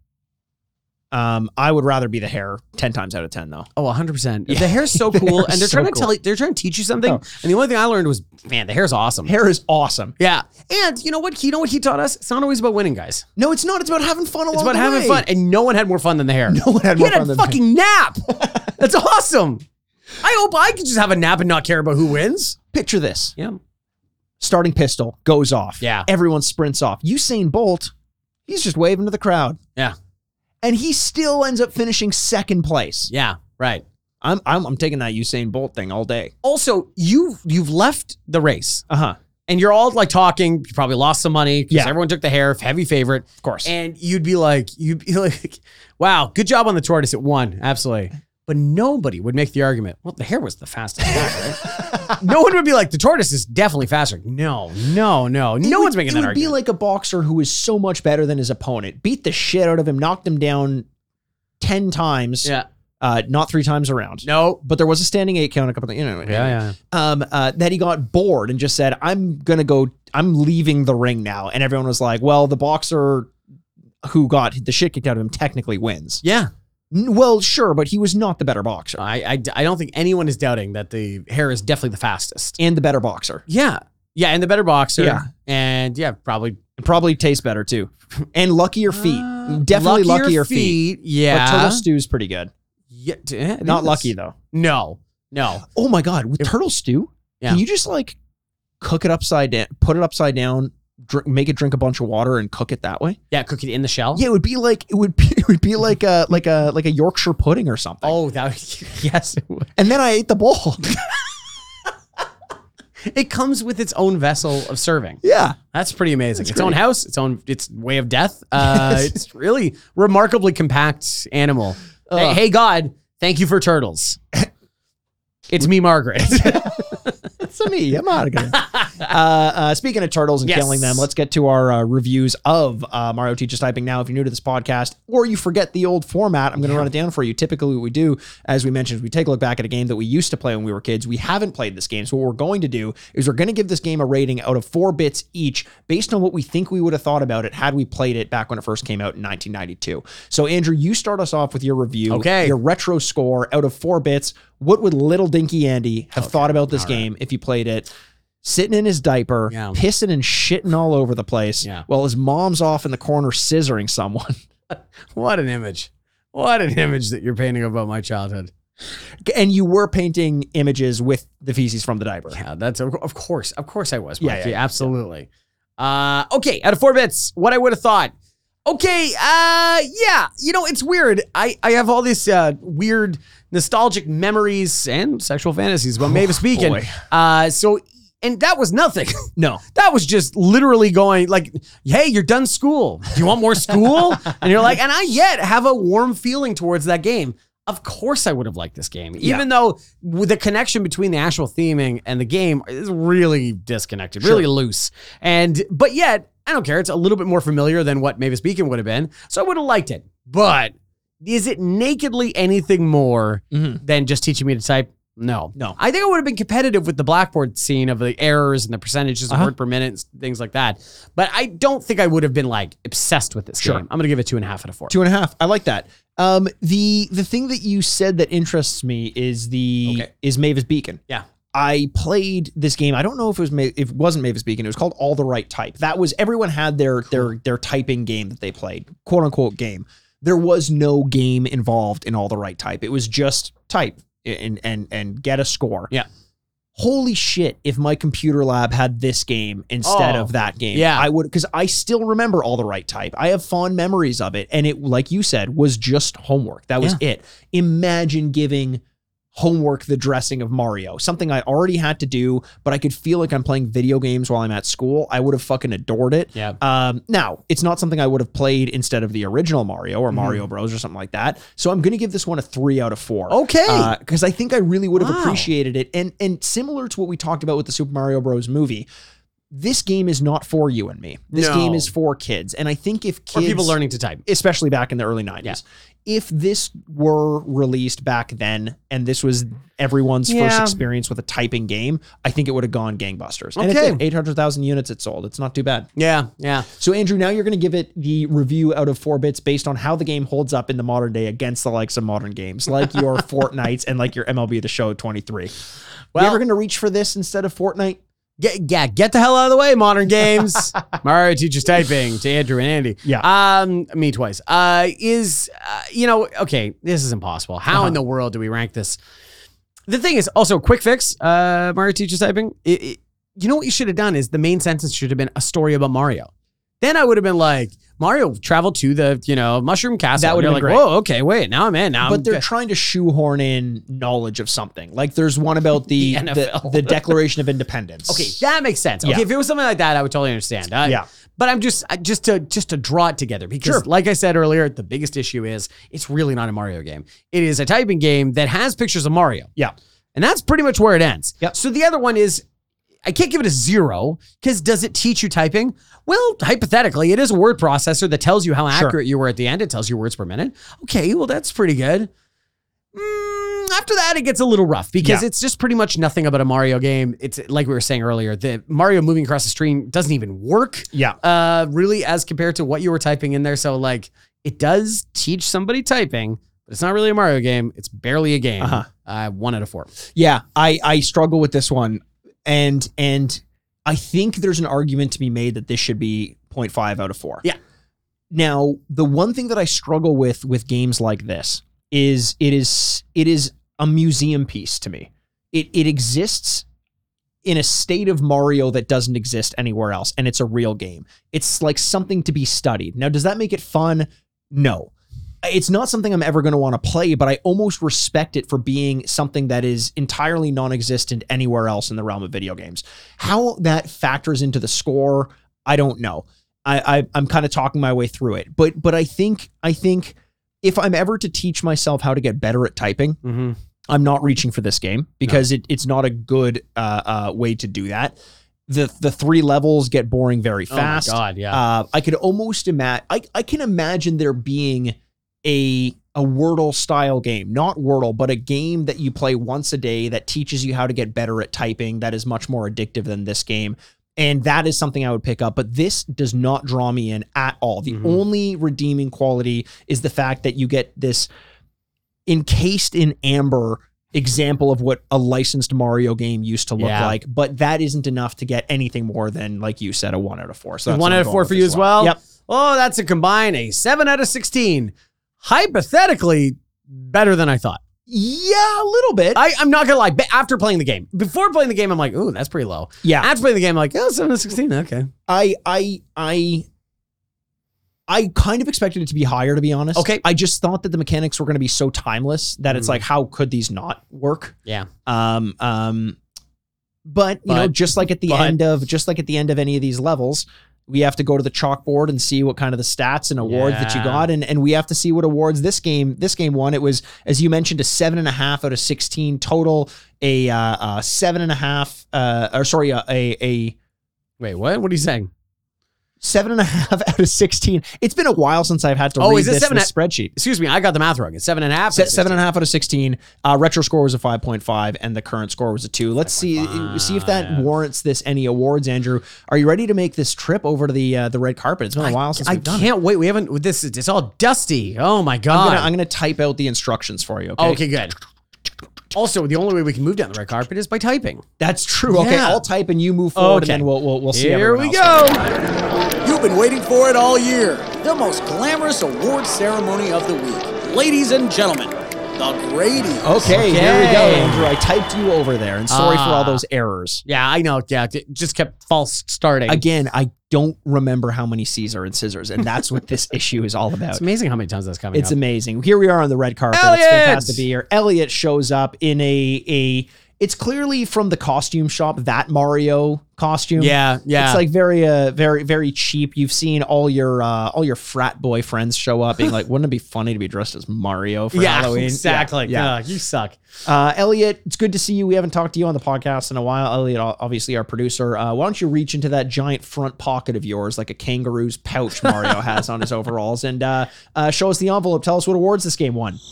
S3: Um, I would rather be the hare 10 times out of 10 though.
S4: Oh, 100%.
S3: Yeah.
S4: <laughs> The hair's so
S3: The
S4: cool.
S3: hair's
S4: and they're
S3: so
S4: trying to
S3: cool.
S4: tell you, they're trying to teach you something.
S3: Oh.
S4: And the only thing I learned was, man, the hair's awesome.
S3: Hare is awesome.
S4: Yeah. And you know what? You know what he taught us? It's not always about winning, guys.
S3: No, it's not. It's about having fun along
S4: It's about
S3: the
S4: having
S3: way.
S4: fun, and <laughs> no one had more fun than the
S3: <laughs>
S4: hair.
S3: No one had
S4: he
S3: more
S4: had
S3: fun
S4: a
S3: than the
S4: fucking <laughs> nap. That's awesome. I hope I could just have a nap and not care about who wins.
S3: Picture this.
S4: Yeah,
S3: starting pistol goes off.
S4: Yeah.
S3: Everyone sprints off. Usain Bolt, he's just waving to the crowd.
S4: Yeah.
S3: And he still ends up finishing second place.
S4: yeah, right.
S3: I'm, I'm I'm taking that Usain Bolt thing all day.
S4: Also, you you've left the race,
S3: Uh-huh.
S4: and you're all like talking. You probably lost some money because
S3: Yeah.
S4: everyone took the hair, heavy favorite,
S3: Of course.
S4: and you'd be like, you'd be <laughs> like, wow, good job on the tortoise. It won, absolutely. But nobody would make the argument. Well, the hair was the fastest. guy,
S3: <laughs>
S4: right? no one would be like, the tortoise is definitely faster. No, no, no.
S3: It
S4: No
S3: would-
S4: one's
S3: it
S4: making that
S3: would
S4: argument.
S3: be like a boxer who is so much better than his opponent, beat the shit out of him, knocked him down 10 times, <laughs>
S4: yeah.
S3: uh, not three times around.
S4: No.
S3: But there was a standing eight count a couple of, you know,
S4: Yeah,
S3: um, uh, that he got bored and just said, "I'm gonna go. I'm leaving the ring now." And everyone was like, "Well, the boxer who got the shit kicked out of him technically wins."
S4: yeah.
S3: N- Well, sure, but he was not the better boxer
S4: I, I, I don't think anyone is doubting that the hair is definitely the fastest.
S3: and the better boxer.
S4: Yeah. Yeah. And the better boxer.
S3: Yeah.
S4: And yeah, probably
S3: and probably tastes better too. <laughs> And luckier feet, definitely luckier, Ah, feet.
S4: Uh, Yeah.
S3: But turtle stew's pretty good.
S4: Yeah, d- eh, it
S3: Not
S4: is.
S3: lucky though.
S4: No, no.
S3: Oh my god, with
S4: If-
S3: turtle stew,
S4: Yeah.
S3: can you just like cook it upside down, put it upside down, drink, make it drink a bunch of water, and cook it that way?
S4: Yeah, cook it in the shell.
S3: Yeah, it would be like it would be <laughs> it would be like a like a like a Yorkshire pudding or something.
S4: Oh, that would, <laughs> yes. It, would.
S3: And then I ate the bowl. <laughs>
S4: it comes with its own vessel of serving.
S3: yeah,
S4: That's pretty amazing.
S3: That's
S4: its own
S3: great.
S4: house, its own its way of <laughs> death. Uh,
S3: Yes.
S4: It's really remarkably compact animal. Hey-
S3: Ugh.
S4: hey God, thank you for <laughs> turtles. it's me, Margaret.
S3: it's a me. I'm out of here. Uh, uh, speaking of turtles and
S4: Yes.
S3: killing them, let's get to our uh, reviews of uh, Mario Teaches Typing. Now, if you're new to this podcast or you forget the old format, I'm going to run it down for you. Typically, what we do, as we mentioned, is we take a look back at a game that we used to play when we were kids. We haven't played this game, so what we're going to do is we're going to give this game a rating out of four bits each, based on what we think we would have thought about it had we played it back when it first came out in 1992. So, Andrew, you start us off with your review,
S4: Okay.
S3: your retro score out of four bits. What would little Dinky Andy have thought about this game if he played it? Sitting in his diaper,
S4: Yeah.
S3: pissing and shitting all over the place,
S4: Yeah.
S3: while his mom's off in the corner scissoring someone.
S4: <laughs>
S3: <laughs>
S4: what an image! What an image that you're painting about my childhood.
S3: And you were painting images with the feces from the diaper.
S4: Yeah, that's of of course, of course I was.
S3: Yeah,
S4: Mike.
S3: yeah, yeah.
S4: absolutely. Uh, okay, out of four bits, what I would have thought. Okay, uh, yeah, you know it's weird. I I have all these uh, weird nostalgic memories and sexual fantasies
S3: <laughs>
S4: about Mavis Beacon.
S3: Oh, boy.
S4: Uh, so and that was nothing. <laughs>
S3: No.
S4: That was just literally going like, "Hey, you're done school. Do you want more school?" and you're like, "And I yet have a warm feeling towards that game." Of course, I would have liked this game,
S3: Yeah.
S4: even though with the connection between the actual theming and the game is really disconnected, really loose. And but yet, I don't care. It's a little bit more familiar than what Mavis Beacon would have been, so I would have liked it. But is it nakedly anything more
S3: Mhm.
S4: than just teaching me to type? No,
S3: No.
S4: I think I would have been competitive with the blackboard scene of the errors and the percentages
S3: Uh-huh.
S4: of word per minute and things like that. But I don't think I would have been like obsessed with this
S3: Sure.
S4: game. I'm gonna give it two and a half out of four.
S3: Two and a half. I like that. Um, the the thing that you said that interests me is the
S4: Okay.
S3: is Mavis Beacon.
S4: Yeah.
S3: I played this game. I don't know if it was Ma- if it wasn't Mavis Beacon. It was called All the Right Type. That was everyone had their their their typing game that they played, quote unquote game. There was no game involved in All the Right Type. It was just type and and and get a score.
S4: Yeah.
S3: Holy shit! If my computer lab had this game instead
S4: Oh,
S3: of that game,
S4: yeah.
S3: I would because I still remember all the right type. I have fond memories of it, and it, like you said, was just homework. That was it. Imagine giving homework the dressing of Mario, something I already had to do, but I could feel like I'm playing video games while I'm at school. I would have fucking adored it.
S4: Yeah.
S3: Um, now, it's not something I would have played instead of the original Mario or
S4: Mm-hmm.
S3: Mario Bros or something like that. So I'm going to give this one a three out of four.
S4: Okay.
S3: Because I think I really would have
S4: Wow.
S3: appreciated it. And and similar to what we talked about with the Super Mario Bros movie, this game is not for you and me. This
S4: No.
S3: game is for kids. And I think if kids
S4: for people learning to type.
S3: especially back in the early 90s.
S4: Yeah.
S3: If this were released back then and this was everyone's first
S4: Yeah.
S3: experience with a typing game, I think it would have gone gangbusters.
S4: Okay.
S3: And 800,000 units it sold. It's not too bad.
S4: Yeah, yeah.
S3: So, Andrew, now you're going to give it the review out of four bits based on how the game holds up in the modern day against the likes of modern games, like
S4: <laughs>
S3: your Fortnites and like your MLB The Show 23. Well,
S4: Well-
S3: we ever going to reach for this instead of Fortnite?
S4: Get, yeah, get the hell out of the
S3: <laughs>
S4: way, modern games. Mario teaches typing to Andrew and Andy.
S3: Yeah.
S4: Um, me twice. Uh, is, uh, you know, okay, this is impossible. How
S3: Uh-huh.
S4: in the world do we rank this? The thing is also quick fix. Uh, Mario teaches typing. It, it, you know what you should have done is the main sentence should have been a story about Mario. Then I would have been like, Mario traveled to the, you know, Mushroom Castle.
S3: That would
S4: And
S3: have
S4: you're
S3: been
S4: like, Whoa, okay, wait, now I'm in. Now I'm
S3: but they're
S4: good."
S3: trying to shoehorn in knowledge of something. Like there's one about the
S4: The
S3: the,
S4: NFL.
S3: the Declaration of Independence.
S4: <laughs> Okay, that makes sense. Okay,
S3: Yeah.
S4: if it was something like that, I would totally understand. I-
S3: Yeah.
S4: but I'm just I- just to just to draw it together because,
S3: Sure.
S4: like I said earlier, the biggest issue is it's really not a Mario game. It is a typing game that has pictures of Mario,
S3: Yeah.
S4: and that's pretty much where it ends.
S3: Yep.
S4: So the other one is. I can't give it a zero because does it teach you typing? Well, hypothetically, it is a word processor that tells you how
S3: Sure.
S4: accurate you were at the end. It tells you words per minute. Okay, well, that's pretty good. Mm, after that, it gets a little rough because
S3: Yeah.
S4: it's just pretty much nothing about a Mario game. It's like we were saying earlier, the Mario moving across the screen doesn't even work,
S3: Yeah.
S4: uh, really, as compared to what you were typing in there. So, like, it does teach somebody typing, but it's not really a Mario game. It's barely a game.
S3: Uh-huh.
S4: Uh, one out of four.
S3: Yeah. I I struggle with this one, and and I think there's an argument to be made that this should be 0.5 out of 4.
S4: Yeah.
S3: Now, the one thing that I struggle with with games like this is it is it is a museum piece to me. It it exists in a state of Mario that doesn't exist anywhere else and it's a real game. It's like something to be studied. Now, does that make it fun? No. It's not something I'm ever going to want to play, but I almost respect it for being something that is entirely non-existent anywhere else in the realm of video games. How that factors into the score, I don't know. I, I I'm kind of talking my way through it, but but I think I think if I'm ever to teach myself how to get better at typing,
S4: Mm-hmm.
S3: I'm not reaching for this game because it, it's not a good uh, uh, way to do that. The the three levels get boring very fast.
S4: Oh my god, yeah.
S3: Uh, I could almost imagine. I, I can imagine there being a a Wordle style game, not Wordle, but a game that you play once a day that teaches you how to get better at typing. That is much more addictive than this game, and that is something I would pick up. But this does not draw me in at all. The
S4: Mhm.
S3: only redeeming quality is the fact that you get this encased in amber example of what a licensed Mario game used to look
S4: Yeah.
S3: like, but that isn't enough to get anything more than, like you said, a one out of four. So that's what
S4: one
S3: I'm
S4: out of
S3: going
S4: four
S3: with
S4: for you as well.
S3: Yep.
S4: Oh, that's a combine a seven out of sixteen. Hypothetically, better than I thought.
S3: Yeah, a little bit.
S4: I, I'm not gonna lie. But after playing the game, before playing the game, I'm like, ooh, that's pretty low.
S3: yeah,
S4: After playing the game, I'm like, oh, seven out of sixteen. Okay.
S3: I, I, I. I kind of expected it to be higher, to be honest.
S4: Okay.
S3: I just thought that the mechanics were going to be so timeless that it's
S4: Mhm.
S3: like, how could these not work?
S4: Yeah.
S3: Um, um, but you know,
S4: But-
S3: just like at the
S4: but-
S3: end of just like at the end of any of these levels, we have to go to the chalkboard and see what kind of the stats and awards that you
S4: Yeah.
S3: got, and and we have to see what awards this game this game won. It was as you mentioned a seven and a half out of sixteen total, a uh, uh, seven and a half, uh, or sorry, a a. a
S4: Wait, what? What are you saying?
S3: Seven and a half <laughs> out of sixteen. It's been a while since I've had to
S4: Oh,
S3: read
S4: is it
S3: this,
S4: seven
S3: this spreadsheet.
S4: Excuse me, I got the math wrong. It's seven and a half.
S3: Se- seven and a half out of sixteen. Uh, retro score was a five point five, and the current score was a two. Let's see see if that
S4: 5.5.
S3: warrants this any awards. Andrew, are you ready to make this trip over to the uh, the red carpet? It's been a while since
S4: I
S3: we've done it.
S4: can't wait. We haven't. This is it's all dusty. Oh my
S3: I'm
S4: god.
S3: gonna, I'm gonna type out the instructions for you. Okay,
S4: okay. Good. Also, the only way we can move down the red carpet is by typing.
S3: that's true. Okay,
S4: Yeah.
S3: I'll type and you move forward,
S4: Okay.
S3: and then we'll we'll, we'll see.
S4: Here
S3: everyone
S4: we
S3: else.
S4: go.
S2: You've been waiting for it all year. The most glamorous award ceremony of the week. Ladies and gentlemen, the Grady.
S3: Okay, here we go,
S4: Okay.
S3: Andrew. I typed you over there, and sorry for all
S4: Ah.
S3: those errors.
S4: Yeah, I know. Yeah, it just kept false starting.
S3: Again, I don't remember how many C's are in scissors, and that's what
S4: <laughs>
S3: this issue is all about.
S4: It's amazing how many times that's coming
S3: It's
S4: up.
S3: amazing. Here we are on the red carpet. It's
S4: Elliot!
S3: fantastic to be here. Elliot shows up in a a. It's clearly from the costume shop that Mario costume.
S4: yeah, yeah.
S3: It's like very uh very very cheap. You've seen all your uh all your frat boy friends show up being like, wouldn't it be funny to be dressed as Mario for
S4: yeah,
S3: Halloween?
S4: exactly.
S3: Yeah. yeah.
S4: Ugh, you suck.
S3: Uh, Elliot, it's good to see you. We haven't talked to you on the podcast in a while. Elliot, o- obviously our producer. Uh, why don't you reach into that giant front pocket of yours, like a kangaroo's pouch Mario has on his overalls, and uh, uh, show us the envelope. Tell us what awards this game won. <sighs>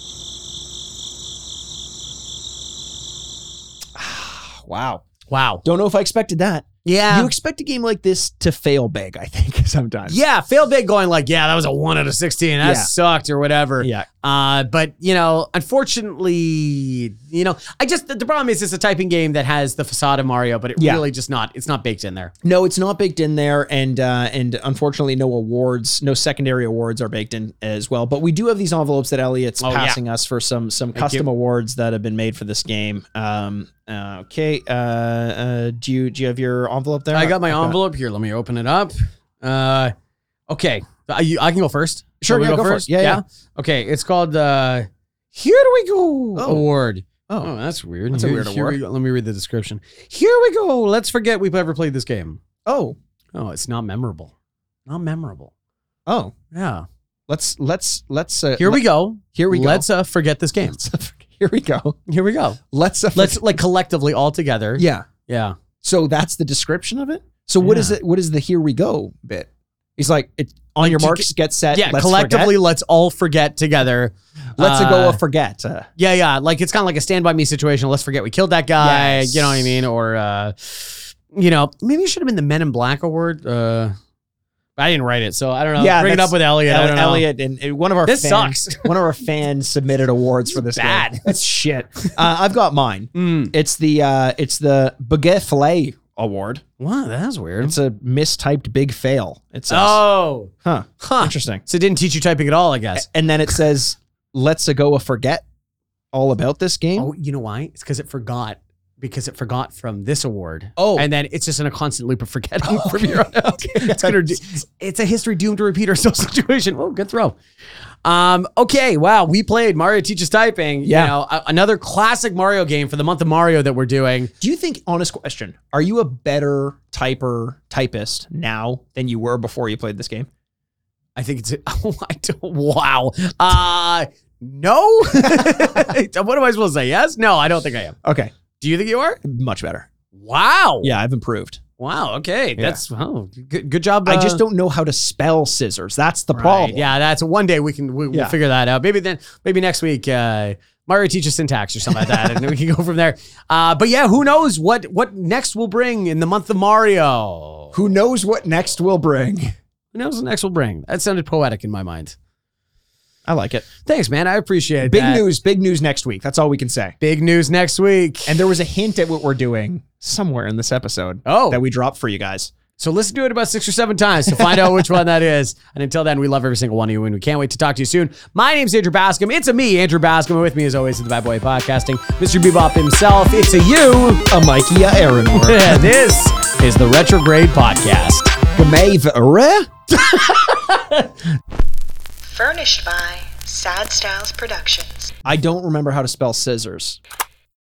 S3: wow.
S4: Wow.
S3: Don't know if I expected that.
S4: Yeah.
S3: you expect a game like this to fail big, I think, <laughs> sometimes.
S4: yeah, fail big going like, yeah, that was a one out of 16. That
S3: Yeah.
S4: sucked or whatever.
S3: Yeah.
S4: Uh, but, you know, unfortunately, you know, I just, the, the problem is it's a typing game that has the facade of Mario, but it
S3: Yeah.
S4: really just not, it's not baked in there.
S3: No, it's not baked in there, and uh, and unfortunately, no awards, no secondary awards are baked in as well. But we do have these envelopes that Elliot's
S4: Oh, yeah.
S3: passing us for some some custom
S4: you.
S3: awards that have been made for this game. Um, uh, okay, uh, uh, do you do you have your envelope there?
S4: I got my
S3: I've
S4: envelope here. Let me open it up. Uh, okay. I, you, I can go first.
S3: Sure,
S4: Shall we
S3: yeah, go for it. Yeah, yeah.
S4: Okay. It's called uh, Here We Go
S3: Oh.
S4: Award.
S3: Oh.
S4: Oh, that's weird.
S3: That's a
S4: Here-
S3: weird
S4: here
S3: award.
S4: we go. Let me read the description. Here we go. Let's forget we've ever played this game.
S3: Oh,
S4: Oh, it's not memorable. Not memorable.
S3: oh,
S4: Yeah.
S3: let's let's let's uh,
S4: Here we go.
S3: here we go.
S4: Let's uh, forget this game.
S3: <laughs> here we go.
S4: Here we go.
S3: Let's uh,
S4: Let's like collectively all together.
S3: <laughs> yeah.
S4: Yeah.
S3: So that's the description of it. So what is
S4: Yeah.
S3: it? What is the here we go bit? He's like, it, on your
S4: to
S3: marks, get set.
S4: Yeah.
S3: let's
S4: collectively, let's all forget together.
S3: forget. let's uh, go
S4: Uh,
S3: a forget. Uh,
S4: Yeah, yeah. Like it's kind of like a stand by me situation. Let's forget we killed that guy.
S3: Yes.
S4: You know what I mean? Or uh you know, maybe it should have been the Men in Black award. Uh I didn't write it, so I don't know.
S3: Yeah,
S4: bring it
S3: that's-
S4: up with Elliot. I
S3: Elliot,
S4: don't know.
S3: Elliot and and one of our
S4: This
S3: fans-
S4: sucks.
S3: <laughs> one of our fans submitted awards for this. <laughs>
S4: Bad.
S3: game. that's shit. Uh, I've got mine.
S4: Mm.
S3: It's the uh, it's the baguette fillet award.
S4: Wow, that's weird.
S3: It's a mistyped big fail. It says,
S4: oh,
S3: huh,
S4: huh.
S3: interesting.
S4: So it didn't teach you typing at all, I guess.
S3: And then it says, "Let's a go forget all about this game."
S4: Oh, you know why? It's because it forgot. Because it forgot from this award.
S3: Oh.
S4: and then it's just in a constant loop of forgetting from here on out. <laughs> It's gonna. do- It's a history doomed to <laughs> repeat ourselves situation. Oh, good throw. Um. Okay. Wow. We played Mario teaches typing.
S3: Yeah.
S4: You know, a- another classic Mario game for the month of Mario that we're doing.
S3: Do you think, honest question, are you a better typer typist now than you were before you played this game?
S4: I think it's. <laughs> Oh, I don't. Wow. Uh. No. <laughs> what am I supposed to say? Yes. No. I don't think I am.
S3: Okay,
S4: Do you think you are?
S3: much better.
S4: Wow.
S3: Yeah, I've improved.
S4: Wow. Okay.
S3: Yeah.
S4: That's wow. Good. Good job.
S3: I
S4: uh,
S3: just don't know how to spell scissors. That's the
S4: Right.
S3: problem.
S4: Yeah, that's one day we can we,
S3: Yeah.
S4: we'll figure that out. Maybe then maybe next week uh Mario teaches syntax or something like that, and we can go from there. Uh, but yeah, who knows what what next will bring in the month of Mario?
S3: Who knows what next will bring?
S4: Who knows what next will bring? That sounded poetic in my mind.
S3: I like it.
S4: Thanks, man. I appreciate
S3: Big
S4: that.
S3: news, big news next week. That's all we can say.
S4: Big news next week.
S3: And there was a hint at what we're doing somewhere in this episode
S4: oh,
S3: that we dropped for you guys.
S4: so listen to it about six or seven times to find out which one that is. And until then, we love every single one of you, and we can't wait to talk to you soon. My name's Andrew Bascom. It's a me, Andrew Bascom. And with me, as always, is the Bad Boy of Podcasting, Mr. Bebop himself. It's a you.
S3: A Mikey Aaron. <laughs>
S4: <laughs> this is the Retrograde Podcast.
S1: Furnished by Sad Styles Productions.
S3: I don't remember how to spell scissors.